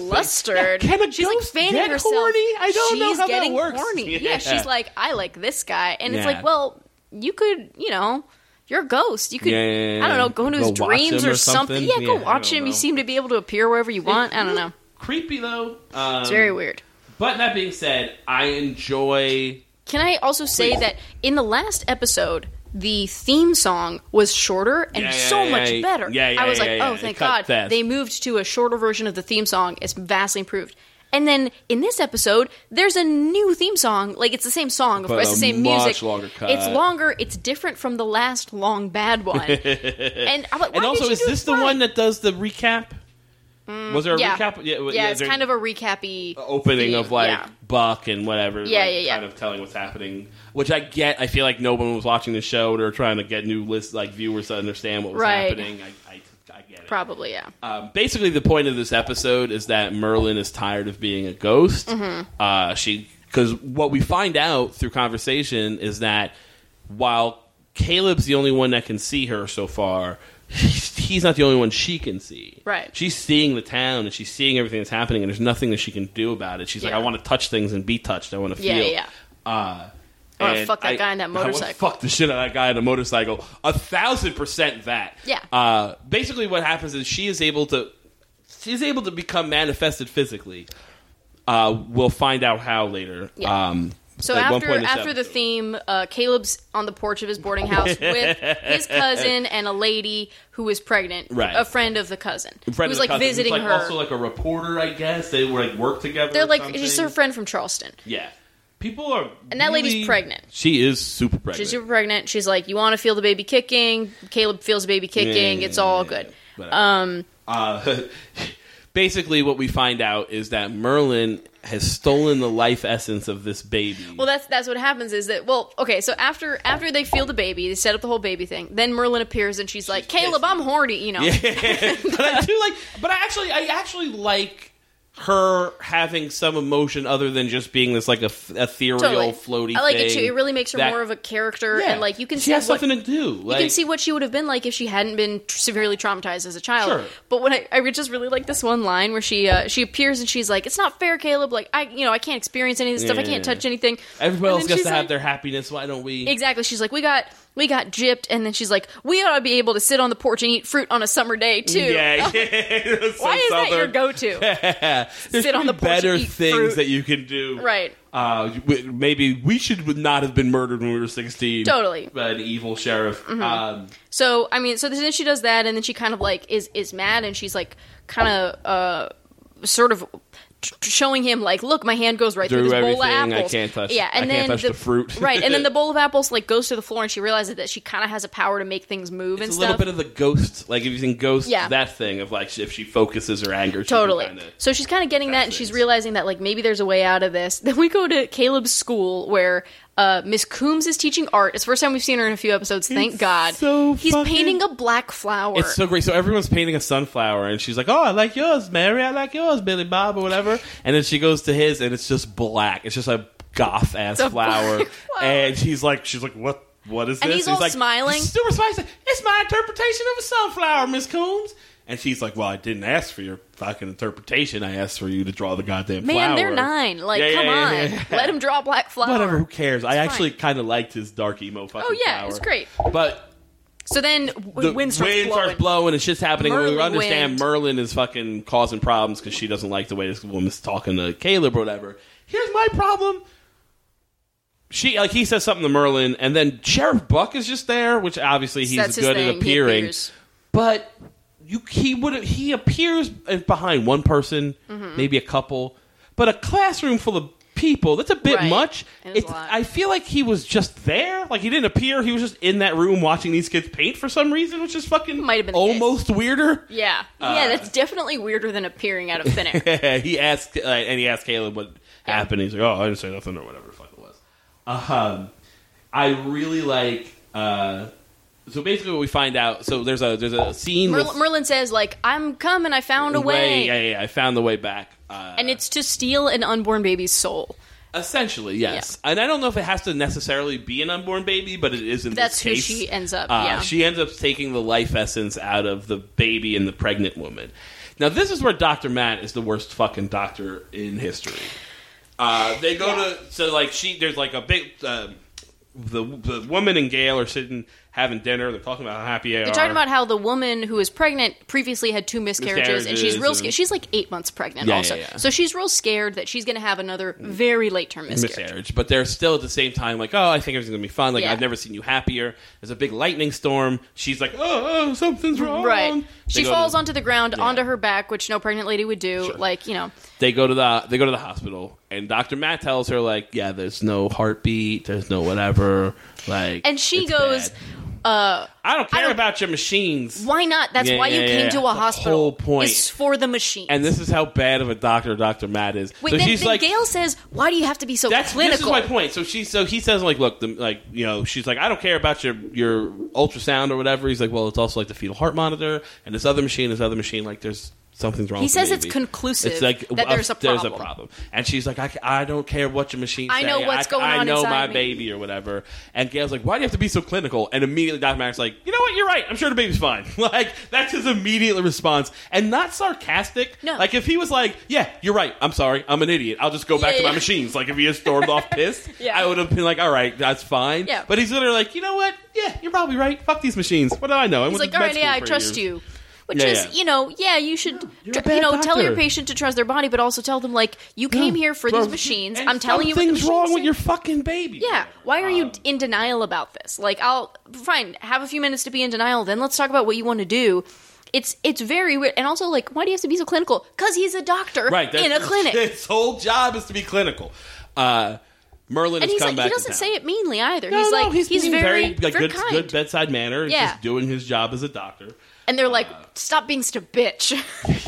flustered. Yeah, can a she's like ghost fanning get herself. horny? I don't she's know how that getting works. Horny. Yeah. Yeah. She's like, "I like this guy," and it's Yeah. like, "Well, you could, you know." You're a ghost. You could, Yeah, yeah, yeah, I don't know, yeah. go into his Go watch dreams him or or something. something. Yeah, go Yeah, I watch don't him. You know. seem to be able to appear wherever you want. I don't know. creepy though. Um, It's very weird. But that being said, I enjoy. Can I also say Please. that in the last episode, the theme song was shorter and Yeah, yeah, so yeah, much yeah. better. Yeah, yeah, I was yeah, like, yeah, oh, yeah. thank It cut God. fast. They moved to a shorter version of the theme song. It's vastly improved. And then in this episode, there's a new theme song. Like it's the same song, of But course, it's a the same much music. longer cut. It's longer. It's different from the last long bad one. and I'm like, and why also, did you is do this the right? one that does the recap? was there a yeah. recap? w- Yeah, it's there- kind of a recappy opening theme. of like Yeah. Buck and whatever. Yeah, like, yeah, yeah. Kind of telling what's happening, which I get. I feel like no one was watching the show and they were trying to get new list like viewers to understand what was Right. happening. I, I, I get it. probably yeah. Um, basically, the point of this episode is that Merlin is tired of being a ghost. Mm-hmm. Uh, she because what we find out through conversation is that while Caleb's the only one that can see her so far, he's he's not the only one she can see. Right. She's seeing the town and she's seeing everything that's happening, and there's nothing that she can do about it. She's like, Yeah. I want to touch things and be touched. I want to Yeah, feel. yeah, Uh, I wanna and fuck that guy on that I wanna motorcycle. fuck the shit out of that guy on a motorcycle. A thousand percent that. Yeah. Uh, basically, what happens is she is able to she's able to become manifested physically. Uh, we'll find out how later. Yeah. Um, So at one after point in this after the episode. theme, uh, Caleb's on the porch of his boarding house with his cousin and a lady who is pregnant, Right. a friend of the cousin, friend who of was the like cousin who's, visiting like, her. Also, like a reporter, I guess they were like work together. They're or like something. she's her friend from Charleston. Yeah. People are And that lady's really- pregnant. She is super pregnant. She's super pregnant. She's like, you want to feel the baby kicking? Caleb feels the baby kicking. it's all good. Um, basically, what we find out is that Merlin has stolen the life essence of this baby. Well, that's that's what happens. Is that well? Okay, so after after they feel the baby, they set up the whole baby thing. Then Merlin appears and she's, like, Caleb, pissed. I'm horny. You know, but I do like. But I actually, I actually like her having some emotion other than just being this like a ethereal, floaty. I like it thing too. It really makes her that- more of a character, Yeah. and like you can she see has what, something to do. you can see what she would have been like if she hadn't been tr- severely traumatized as a child. Sure. But when I, I would just really like this one line where she uh, she appears and she's like, "It's not fair, Caleb. Like I, you know, I can't experience any of this stuff. I Yeah. can't touch anything." everybody And else then gets she's to like- have their happiness. Why don't we? Exactly. She's like, "We got." We got gypped, and then she's like, "We ought to be able to sit on the porch and eat fruit on a summer day too." Yeah, yeah. Why is that your go-to? There's Sit on probably the porch better and eat things fruit. that you can do. Right. Uh, w- maybe we should not have been murdered when we were 16. Totally. Mm-hmm. By an evil sheriff. Um, So I mean, so then she does that, and then she kind of like is is mad, and she's like kind of uh sort of t- t- showing him like, look, my hand goes right Through through this bowl of everything, I apples. can't touch- Yeah, I and can't then touch the fruit. right, and then the bowl of apples like goes to the floor, and she realizes that she kind of has a power to make things move and it's a little stuff. bit of the ghost. Like, if you think ghost, Yeah. that thing of like, if she focuses her anger, she can Totally. kinda- so she's kind of getting that, and That's she's it. realizing that like maybe there's a way out of this. Then we go to Caleb's school where uh, Miss Coombs is teaching art. It's the first time we've seen her in a few episodes. Thank It's God. so He's fucking- painting a black flower. It's so great. So everyone's painting a sunflower, and she's like, "Oh, I like yours, Mary. I like yours, Billy Bob, or whatever." And then she goes to his, and it's just black. It's just a goth ass a flower. black flower. And he's like, "She's like, what? What is this?" And he's all like, smiling. he's super smiling. He's like, It's my interpretation of a sunflower, Miss Coombs. And she's like, "Well, I didn't ask for your fucking interpretation. I asked for you to draw the goddamn Man, flower." they're nine. Like, Yeah, yeah, come yeah, on, yeah, yeah. let him draw black flower. Whatever, who cares? I actually kind of liked his dark emo fucking Oh yeah, flower. it's great. But So then w- the wind starts blowing. and shit's happening. and we Merlin understand wind. Merlin is fucking causing problems because she doesn't like the way this woman's talking to Caleb or whatever. Here's my problem. She like he says something to Merlin, and then Sheriff Buck is just there, which obviously he's That's his good thing. at He appearing. appears. But you he would he appears behind one person, Mm-hmm. maybe a couple, but a classroom full of people. That's a bit Right. much. It is a lot. I feel like he was just there. Like he didn't appear. He was just in that room watching these kids paint for some reason, which is fucking Might have been the case. almost weirder. Yeah, Uh, yeah, that's definitely weirder than appearing out of thin air. he asked uh, and he asked Caleb what happened. He's like, "Oh, I didn't say nothing or whatever the fuck it was." Um, I really like. Uh, so basically, what we find out. So there's a there's a scene. with- Merlin, Merlin says like, "I'm coming. I found a way," Yeah, yeah, yeah, I found the way back. Uh, and it's to steal an unborn baby's soul. essentially yes, and I don't know if it has to necessarily be an unborn baby, but it is in That's this who case. she ends up. Uh, yeah, She ends up taking the life essence out of the baby and the pregnant woman. Now, this is where Dr. Matt is the worst fucking doctor in history. Uh, they go Yeah. to, so like, she, there's like a big, uh, the, the woman and Gail are sitting having dinner. They're talking about how happy they They're talking about how the woman who is pregnant previously had two miscarriages, and she's real Miscarriages scared. and- She's like eight months pregnant, Yeah, also. yeah, yeah. So she's real scared that she's going to have another very late term miscarriage. miscarriage, but they're still at the same time like, oh, I think everything's gonna be fun. Like Yeah. I've never seen you happier. There's a big lightning storm. She's like, oh, oh something's wrong. Right. They She go to- falls onto the ground, Yeah. onto her back, which no pregnant lady would do. Sure. Like, you know. They go to the they go to the hospital, and Doctor Matt tells her like, yeah, there's no heartbeat, there's no whatever. Like, And she it's goes, bad. uh, I don't care don't- about your machines. why not? That's Yeah, why yeah, you came yeah. to a The hospital. whole point. Is for the machine. And this is how bad of a doctor Doctor Matt is. Wait, so then, she's then like, Gail says, why do you have to be so That's clinical? this is my point. So she so he says like, look, the, like you know, she's like, I don't care about your your ultrasound or whatever. He's like, well, it's also like the fetal heart monitor and this other machine, this other machine. Like, there's something's wrong. He with the says it's baby. conclusive It's like that there's a there's a problem. problem. And she's like, I, ca- I don't care what your machine. I know say. what's I, going I on know inside my me." baby or whatever. And Gail's like, why do you have to be so clinical? And immediately Dr. Max like, you know what? You're right. I'm sure the baby's fine. like that's his immediate response and not sarcastic. No. Like if he was like, yeah, you're right. I'm sorry. I'm an idiot. I'll just go back Yeah, to my yeah. machines. Like if he had stormed off pissed, Yeah. I would have been like, all right, that's fine. Yeah. But he's literally like, you know what? Yeah, you're probably right. Fuck these machines. What do I know? I He's went like, to all med right, school yeah, I for years." trust you. Which Yeah, is, yeah. you know, yeah, you should, you're tr- a bad you know, tell your doctor. patient to trust their body, but also tell them like you came here for Bro, these machines. and I'm telling you, what the something's machines wrong say. with your fucking baby. Yeah, why are Um, you in denial about this? Like, I'll fine have a few minutes to be in denial. Then let's talk about what you want to do. It's it's very weird, and also like, why do you have to be so clinical? Because he's a doctor, right that's- in a clinic, His whole job is to be clinical. Uh, Merlin and has he's come like, back. he to doesn't town. say it meanly either. No, he's no, like, he's, being very, like, very good, kind, good uh, bedside manner. and Yeah. just doing his job as a doctor. and they're like, stop being such a bitch.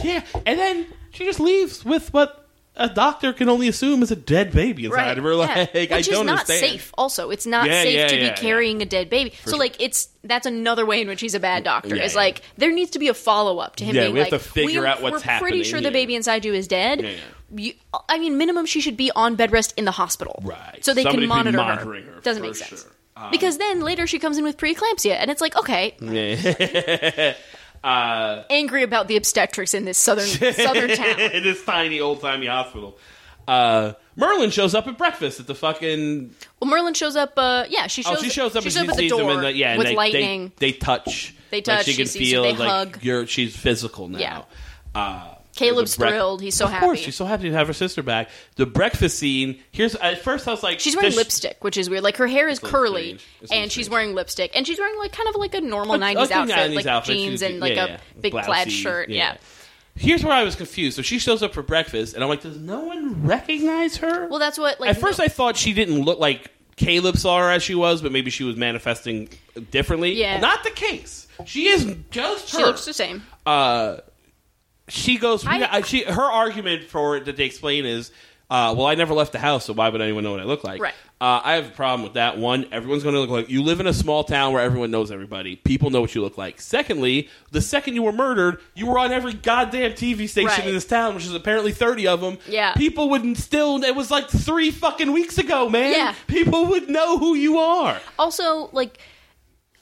Yeah, and then she just leaves with what a doctor can only assume is a dead baby inside right? of her. yeah. Like, Which I is don't not understand. safe. Also, it's not Yeah, safe yeah, to yeah, yeah. be carrying a dead baby. so like, it's that's another way in which he's a bad doctor. Yeah, It's yeah. like there needs to be a follow up to him. Yeah, being we have like, to figure we, out what's we're happening pretty sure here. the baby inside you is dead. Yeah, yeah. You, I mean, minimum she should be on bed rest in the hospital, Right. So they Somebody can should be monitor monitoring her, Doesn't for make sense. sure. Um, because then later she comes in with preeclampsia, and it's like, okay, Mm. angry about the obstetrics in this southern southern town. in this tiny old timey hospital. Uh, Merlin shows up at breakfast at the fucking. Well, Merlin shows up. Uh, yeah, she shows. Oh, she shows up and she at the sees door him, and the, yeah, and with they, lightning. They, they touch. They Like touch, she she can sees feel them, they like hug. you're. She's physical now. Yeah. Uh, Caleb's the breath- thrilled. He's so of happy. course, she's so happy to have her sister back. The breakfast scene. Here's at first I was like, She's wearing does she- lipstick, which is weird. Like her hair is a little curly, strange. It's a little and she's strange. wearing lipstick, and she's wearing like kind of like a normal Like- '90s like a outfit, 90s like outfit. jeans She's- and like yeah, yeah. a big plaid Blousey, shirt. Yeah. Here's where I was confused. So she shows up for breakfast, and I'm like, does no one recognize her? Well, that's what. Like At first, I thought she didn't look like Caleb saw her as she was, but maybe she was manifesting differently. Yeah. Not the case. She is just her. she looks the same. Uh, she goes. I- I, she her argument for it that they explain is, uh, well, I never left the house, so why would anyone know what I look like? Right. Uh, I have a problem with that. One, everyone's going to look like you live in a small town where everyone knows everybody. People know what you look like. Secondly, the second you were murdered, you were on every goddamn TV station Right. in this town, which is apparently thirty of them. Yeah. people would still. It was like three fucking weeks ago, man. Yeah. people would know who you are. Also, like.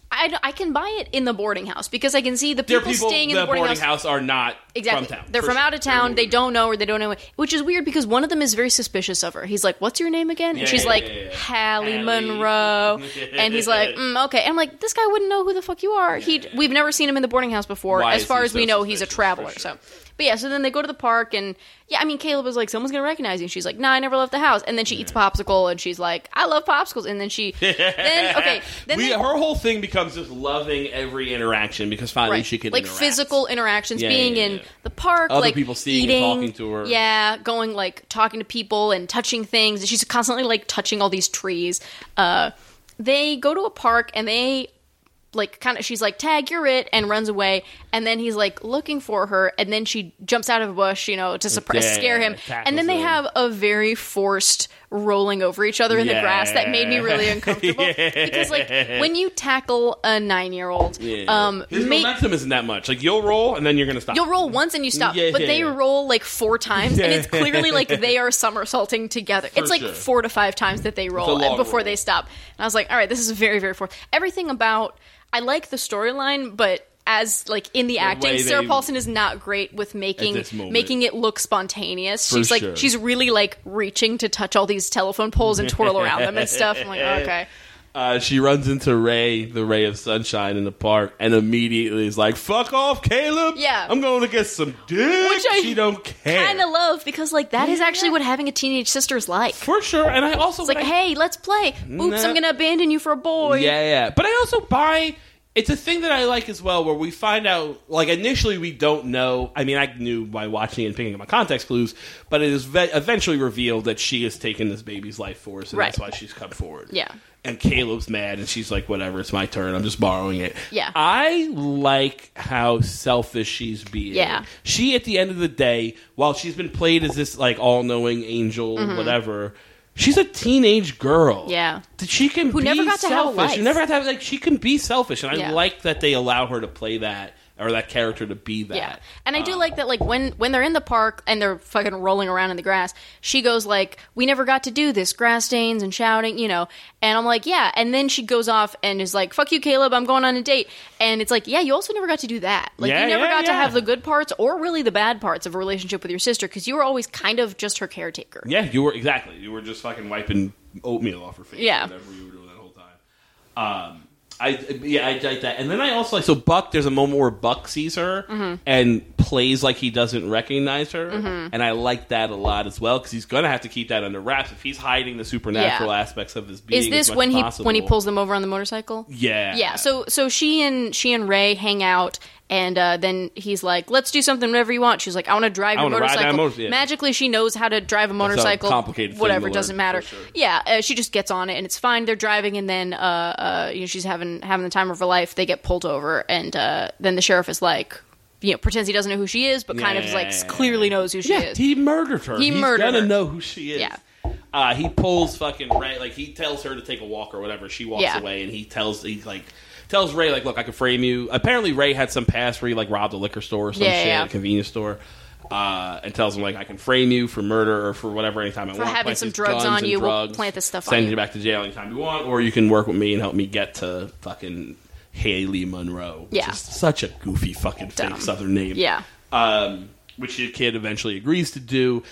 I, I can buy it in the boarding house because I can see the There people, are people. staying in the the boarding, house. are not Exactly. from town. They're for from sure. out of They're town. older. They don't know or they don't know, which is weird because one of them is very suspicious of her. He's like, "What's your name again?" Yeah, and she's yeah, like, yeah, yeah. "Hallie Hallie." Monroe." and he's like, mm, "Okay." And I'm like, "This guy wouldn't know who the fuck you are. he yeah. we've never seen him in the boarding house before. Why as is far he as so we know, he's a suspicious? For traveler." sure. So, but yeah. So then they go to the park and yeah, I mean, Caleb was like, "Someone's gonna recognize you." And she's like, "Nah, I never left the house." And then she eats popsicle and she's like, "I love popsicles." And then she then okay then we, they- her whole thing becomes just loving every interaction because finally Right. she can like interact. physical interactions, Yeah, being yeah, yeah. in the park, Other like people seeing and eating, talking to her. yeah, going like talking to people and touching things. And she's constantly like touching all these trees. Uh, they go to a park and they like kind of she's like tag you're it and runs away and then he's like looking for her and then she jumps out of a bush you know to surprise Yeah, scare him tackles and then they him. have a very forced rolling over each other in the grass that made me really Yeah. uncomfortable because like when you tackle a 9-year-old Yeah. um His make- momentum isn't that much. Like you'll roll and then you're gonna stop. You'll roll once and you stop, Yeah, but yeah, they yeah. roll like four times, and it's clearly like they are somersaulting together. it's like sure. four to five times that they roll long before roll. they stop. And I was like, all right, this is very, very forced. Everything about I like the storyline, but as like in the, acting, way Sarah they- Paulson is not great with making this moment. making it look spontaneous. she's like sure. she's really like reaching to touch all these telephone poles and twirl around them and stuff. I'm like, okay. Uh, she runs into Ray, the ray of sunshine in the park, and immediately is like, "Fuck off, Caleb! Yeah. I'm going to get some dick." Which I she don't care. Kind of love because like that is actually what having a teenage sister is like. It's for sure. And I also like, what I- hey, let's play. Oops, Nah. I'm gonna abandon you for a boy. Yeah, yeah. But I also buy. It's a thing that I like as well, where we find out. Like initially, we don't know. I mean, I knew by watching and picking up my context clues, but it is ve- eventually revealed that she has taken this baby's life force, and that's Right. why she's come forward. Yeah. And Caleb's mad, and she's like, "Whatever, it's my turn. I'm just borrowing it." Yeah. I like how selfish she's being. Yeah. She, at the end of the day, while she's been played as this like all-knowing angel, whatever, she's a teenage girl. Mm-hmm. Yeah. That she can Who be never got to selfish. have a life. Who never got to have like she can be selfish, and I Yeah. like that they allow her to play that or that character to be that. Yeah. And I do Uh. like that like when when they're in the park and they're fucking rolling around in the grass, she goes like, "We never got to do this, grass stains and shouting, you know." And I'm like, "Yeah." And then she goes off and is like, "Fuck you, Caleb, I'm going on a date." And it's like, "Yeah, you also never got to do that. Like Yeah, you never yeah, got to yeah. have the good parts or really the bad parts of a relationship with your sister cuz you were always kind of just her caretaker." Yeah, you were exactly. You were just fucking wiping oatmeal off her face. Yeah. or whatever you were doing that whole time. Um, I yeah, I like that. And then I also like so Buck. There's a moment where Buck sees her Mm-hmm. and plays like he doesn't recognize her, and I like that a lot as well because he's gonna have to keep that under wraps if he's hiding the supernatural Yeah. aspects of his being. Is as this much when he possible. when he pulls them over on the motorcycle? Yeah, yeah so so she and she and ray hang out and uh, then he's like let's do something whatever you want she's like i want to drive I your wanna ride that motorcycle motor- yeah. magically she knows how to drive a motorcycle complicated thing whatever to doesn't learn, matter for sure. yeah uh, she just gets on it and it's fine they're driving and then uh, uh, you know she's having having the time of her life they get pulled over and uh, then the sheriff is like you know pretends he doesn't know who she is but kind of Yeah, is like yeah, yeah, clearly knows who she yeah, is he murdered her. He He's murdered gonna her. know who she is. Yeah. Uh, he pulls fucking Ray. Like he tells her to take a walk or whatever. She walks Yeah. away, and he tells he like tells Ray like, look, I can frame you. Apparently, Ray had some past where he like robbed a liquor store or some Yeah, shit, yeah. a convenience store. Uh, and tells him like I can frame you for murder or for whatever anytime I want. having Plant some these drugs guns on and you. We'll drugs, plant this stuff on Send you." you back to jail anytime you want, or you can work with me and help me get to fucking Haley Monroe. which Yeah. is such a goofy fucking fake Dumb. Southern name yeah um, which the kid eventually agrees to do.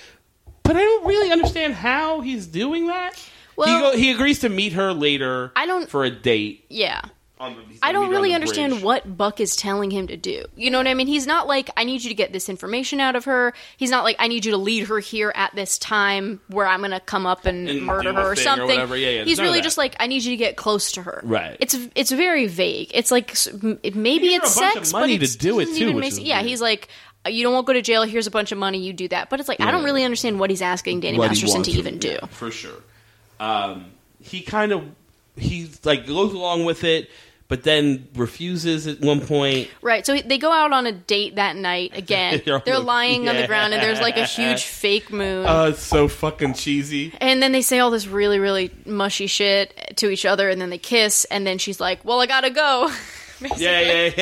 But I don't really understand how he's doing that. Well- he, go, he agrees to meet her later. I don't- for a date. yeah On the, he's gonna I meet don't her on really the understand bridge. what Buck is telling him to do. You know what I mean? He's not like, I need you to get this information out of her. He's not like, I need you to lead her here at this time where I'm going to come up and, And murder do a her or thing or something. whatever. Yeah, yeah, He's none of really that. just like, I need you to get close to her. Right. It's it's very vague. It's like s- m- it- maybe He gives it's her a bunch of sex, money but to it's, do it doesn't too, even which make is sense. Yeah, weird. he's like. You don't won't go to jail. Here's a bunch of money. You do that, but it's like I don't Right. really understand what he's asking Danny what he Masterson wants to her even do. yeah, for sure. Um, he kind of he like goes along with it, but then refuses at one point. Right. So they go out on a date that night again. They're on They're the- lying on the Yeah. ground, and there's like a huge fake moon. Uh, it's so fucking cheesy. And then they say all this really, really mushy shit to each other, and then they kiss, and then she's like, "Well, I gotta go." Basically. Yeah, yeah,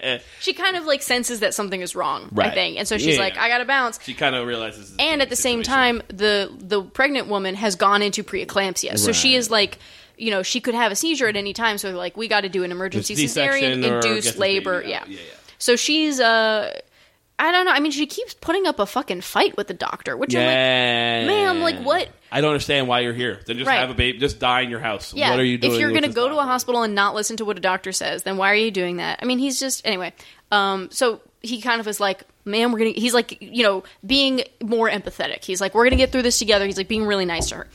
yeah. She kind of like senses that something is wrong, I Right. think, and so she's Yeah. like, "I gotta bounce." she kind of realizes. it's a And at the same situation. time, the the pregnant woman has gone into preeclampsia, so she Right. is like, you know, she could have a seizure at any time. So they're like, we got to do an emergency Just cesarean, C-section or get induce the labor, baby yeah. out. Yeah, yeah. So she's uh, I don't know. I mean, she keeps putting up a fucking fight with the doctor, which I'm like, Yeah. ma'am, like, what- I don't understand why you're here. Then just Right. have a baby. Just die in your house. Yeah. What are you doing? If you're with going to this go to a doctor? hospital and not listen to what a doctor says, then why are you doing that? I mean, he's just anyway. Um, so he kind of is like, "Man, we're gonna." He's like, you know, being more empathetic. He's like, "We're gonna get through this together." He's like being really nice to her.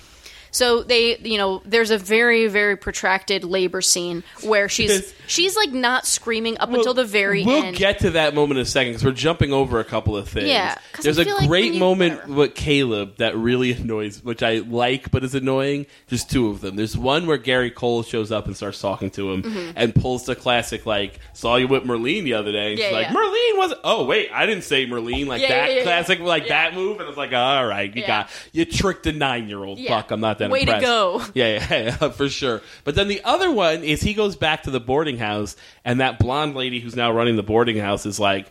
So they, you know, there's a very, very protracted labor scene where she's Yes. she's like not screaming up until the very we'll end. get to that moment in a second because we're jumping over a couple of things. Yeah, 'cause there's I a feel like we great need moment more. with Caleb that really annoys, which I like, but is annoying. There's two of them. There's one where Gary Cole shows up and starts talking to him Mm-hmm. and pulls the classic like, "Saw you with Merlene the other day." And Yeah, she's like, yeah. "Merlene was." Oh wait, I didn't say Merlene like Yeah, that yeah, yeah, classic like Yeah. that move. And it's like, all right, you Yeah. got you tricked a nine year old. Yeah. Fuck, I'm not that Way to impressed. go. Yeah, yeah, yeah, for sure. But then the other one is he goes back to the boarding house, and that blonde lady who's now running the boarding house is like,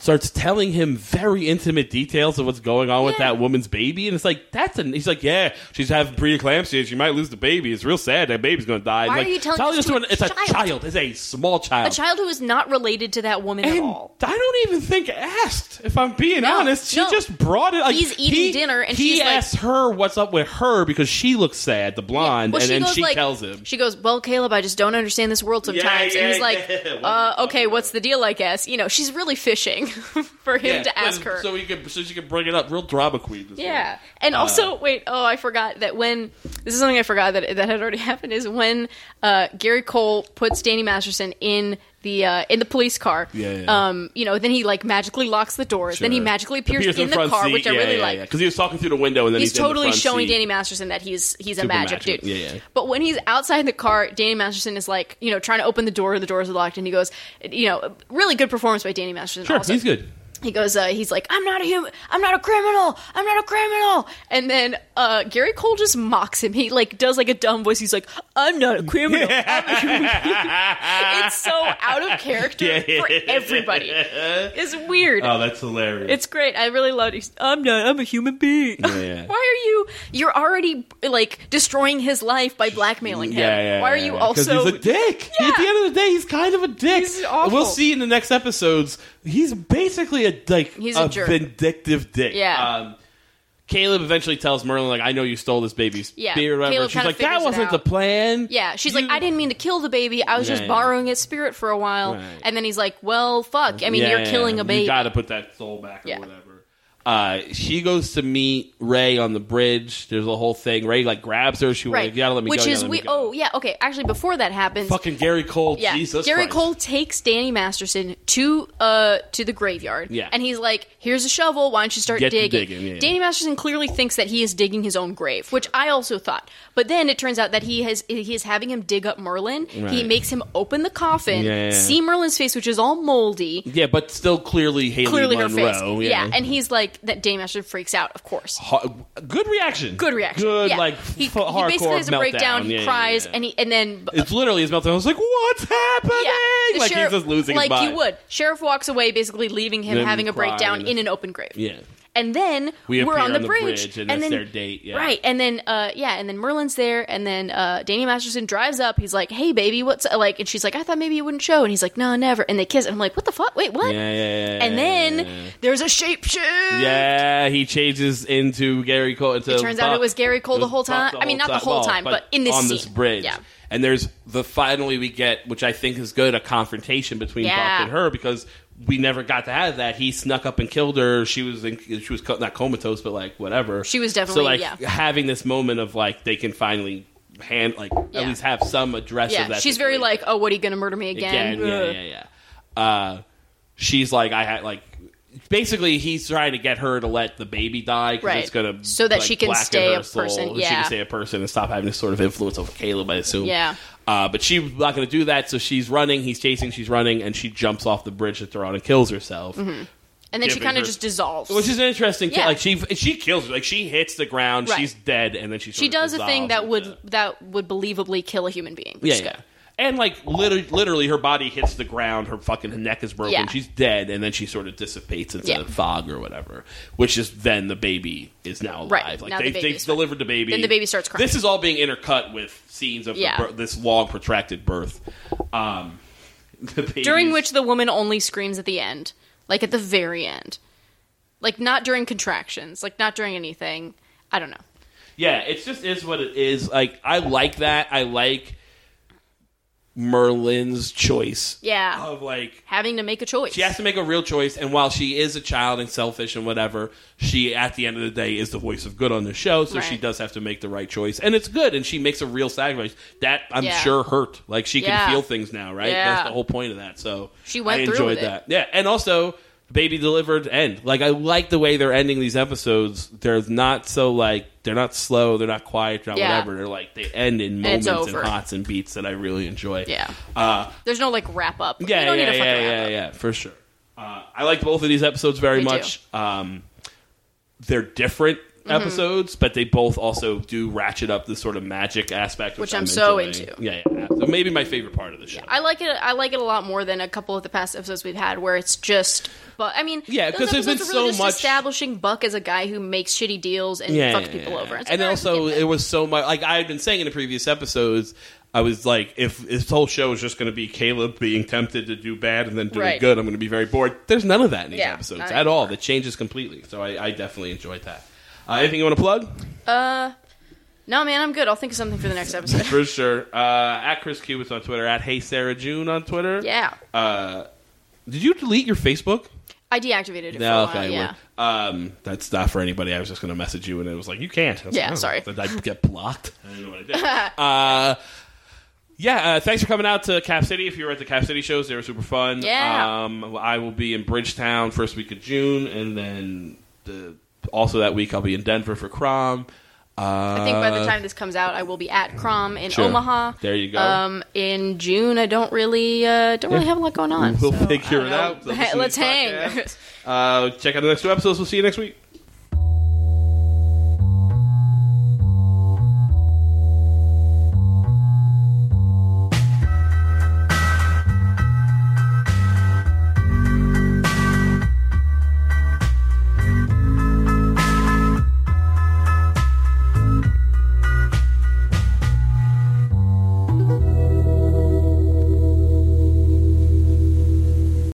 starts telling him very intimate details of what's going on with Yeah. that woman's baby, and it's like that's an. He's like, yeah, she's having preeclampsia, she might lose the baby. It's real sad. That baby's gonna die. Why And, are like, you telling this to to a an- It's a child? child. It's a small child. A child who is not related to that woman at And all. I don't even think asked. If I'm being No, honest, she no. just brought it. Like, He's eating he- dinner and he she's like- asks her what's up with her because she looks sad, the blonde, Well, and then goes she like- tells him. She goes, Well, Caleb, I just don't understand this world Yeah, sometimes. yeah, and he's like, yeah. What are you uh, Okay, talking what's the deal, I guess? You know, she's really fishing for him Yeah, to ask and her. so he could, so she could bring it up. Real drama queen. this yeah. woman. And also, Uh. wait, oh, I forgot that when this is something I forgot that that had already happened is when uh, Gary Cole puts Danny Masterson in the uh, in the police car. Yeah, yeah. Um, you know, then he like magically locks the doors. Then he Sure. magically appears Appears in the, front car, seat. which I Yeah, really yeah, like. yeah. because he was talking through the window and then He's he's in the totally front showing seat. Danny Masterson that he's he's a Super magic, magic. dude. Yeah, yeah. But when he's outside the car, Danny Masterson is like, you know, trying to open the door. The doors are locked, and he goes, you know, really good performance by Danny Masterson. Sure, also. he's good. He goes, uh, he's like, I'm not a human, I'm not a criminal, I'm not a criminal. And then uh, Gary Cole just mocks him. He like does like a dumb voice. He's like, I'm not a criminal. I'm a human. it's so out of character Yeah, yeah. for everybody. It's weird. Oh, that's hilarious. It's great. I really love it. I'm not. I'm a human being. yeah. Why are you? You're already like destroying his life by blackmailing him. Yeah, yeah. Why are yeah, you yeah. 'Cause also? He's a dick. He- at the Yeah. end of the day, he's kind of a dick. He's awful. We'll see in the next episodes. He's basically a like He's a jerk. vindictive dick. Yeah. Um, Caleb eventually tells Merlin, like, I know you stole this baby's Yeah, beer or whatever. Caleb She's kinda like, that figures it wasn't the out. plan. yeah, she's You- like, I didn't mean to kill the baby. I was Yeah, just yeah. borrowing its spirit for a while. Right. And then he's like, Well, fuck. I mean, Yeah, you're yeah, killing yeah. a baby. You got to put that soul back or Yeah. whatever. Uh, she goes to meet Ray on the bridge. There's a whole thing. Ray like grabs her. She right. like, you gotta let me Which go. you is gotta let we. me go. Oh yeah. Okay. Actually, before that happens, fucking Gary Cole. Yeah, Jesus, Gary Christ. Cole takes Danny Masterson to uh to the graveyard. Yeah. and he's like, "Here's a shovel. Why don't you start Get to digging?" digging, yeah, yeah. Danny Masterson clearly thinks that he is digging his own grave, which I also thought. But then it turns out that he has he is having him dig up Merlin. He Right. makes him open the coffin, Yeah, yeah, yeah. see Merlin's face, which is all moldy. Yeah, but still clearly Haley Clearly, her Monroe. face. Yeah. and he's like that. Danny Masterson freaks out, of course. Ha- good reaction. Good reaction. Good Yeah. like he, f- he hardcore basically has a meltdown. breakdown. He Yeah, yeah, cries, yeah. and he and then it's literally his meltdown. I was like, "What's happening?" the Eh, like sheriff- he's just losing his like mind. you would. Sheriff walks away, basically leaving him Then having a crying breakdown and- in an open grave. Yeah. And then We are appear on the, bridge, and, that's then their date. Yeah. right, and then uh, yeah, and then Merlin's there, and then uh, Danny Masterson drives up. He's like, "Hey, baby, what's uh," like?" And she's like, "I thought maybe you wouldn't show," and he's like, "No, never." And they kiss, and I'm like, "What the fuck? Wait, Yeah, what?" yeah, yeah, yeah, And then yeah. there's a shapeshift. yeah, he changes into Gary Cole. Into It turns out it was Gary Cole It the was whole Buck time. I mean, not the whole Well, time, but in this on this scene. bridge. Yeah. And there's the finally we get, which I think is good, a confrontation between Yeah. Buck and her because we never got to have that. He snuck up and killed her. She was in, she was co- not comatose, but like whatever. She was definitely- so like yeah. having this moment of like they can finally hand like Yeah. at least have some address of Yeah, that. she's very situation like, "Oh, what are you going to murder me again?" again. Ugh. Yeah, yeah, yeah. Uh, she's like, I had like. Basically, he's trying to get her to let the baby die because Right. it's gonna So that like, she can blacken stay her a soul, person, and she yeah. can stay a person and stop having this sort of influence over Caleb. I assume. Yeah. Uh, but she's not going to do that, so she's running. He's chasing. She's running, and she jumps off the bridge that they're on and kills herself, And then she Giving kind of her- just dissolves. which is an interesting. Mm-hmm. Yeah. Like she she kills her. Like she hits the ground. Right. She's dead, and then she she sort of does a dissolves thing that would into- that would believably kill a human being. which Yeah, is yeah. good. And like literally, literally, her body hits the ground. Her fucking neck is broken. Yeah. She's dead, and then she sort of dissipates into Yeah. fog or whatever. Which is then the baby is now alive. Right. Like Now the they, baby they've is fine. delivered the baby. Then the baby starts crying. This is all being intercut with scenes of the Yeah. bir- this long protracted birth. Um, the baby During is- which the woman only screams at the end, like at the very end, like not during contractions, like not during anything. I don't know. yeah, it's just is what it is. Like I like that. I like Merlin's choice Yeah, of like having to make a choice. Oh. She has to make a real choice, and while she is a child and selfish and whatever, she at the end of the day is the voice of good on the show, so she Right. does have to make the right choice, and it's good. And she makes a real sacrifice that I'm Yeah. sure hurt. Like she Yeah. can feel things now, right? Yeah. That's the whole point of that. So She went I through enjoyed with it. that. Yeah, and also baby delivered end. Like I like the way they're ending these episodes. They're not so like they're not slow. They're not quiet. They're not Yeah. whatever. They're like they end in moments it's and over. hots and beats that I really enjoy. Yeah. Uh, There's no like wrap up. yeah, you don't yeah, need a fucking yeah, wrap yeah, up. yeah, for sure. Uh, I like both of these episodes very Me too. much. Um, they're different. Mm-hmm. episodes, but they both also do ratchet up the sort of magic aspect, which, Which I'm so into. Yeah, yeah, So maybe my favorite part of the show. I like it. I like it a lot more than a couple of the past episodes we've had, where it's just. But I mean, Yeah, those 'cause there's been episodes are really so just much- establishing Buck as a guy who makes shitty deals and fucks people over, It's and like, all also right, I it was so much like I had been saying in the previous episodes. I was like, if this whole show is just going to be Caleb being tempted to do bad and then doing Right. good, I'm going to be very bored. There's none of that in these Yeah, episodes not at all. That changes completely. So I, I definitely enjoyed that. Uh, anything you want to plug? get that. uh, no, man, I'm good. I'll think of something for the next episode. For sure. Uh, at Chris Cubits on Twitter. At Hey Sarah June on Twitter. yeah, Uh, did you delete your Facebook? I deactivated it. No, for a while, okay. yeah. well, Um, that's not for anybody. I was just going to message you, and it was like, you can't. I was Yeah, like, "Oh, sorry. Did I get blocked? I didn't know what I did. uh, yeah, uh, thanks for coming out to Cap City. If you were at the Cap City shows, they were super fun. Yeah. Um, I will be in Bridgetown first week of June, and then the, also that week I'll be in Denver for Crom. Uh, I think by the time this comes out, I will be at Crom in sure. Omaha. There you go. Um, in June, I don't really uh, don't really Yeah. have a lot going on. we'll so, I figure don't it know. out. Listen to Let's these hang. podcasts. uh, check out the next two episodes. We'll see you next week.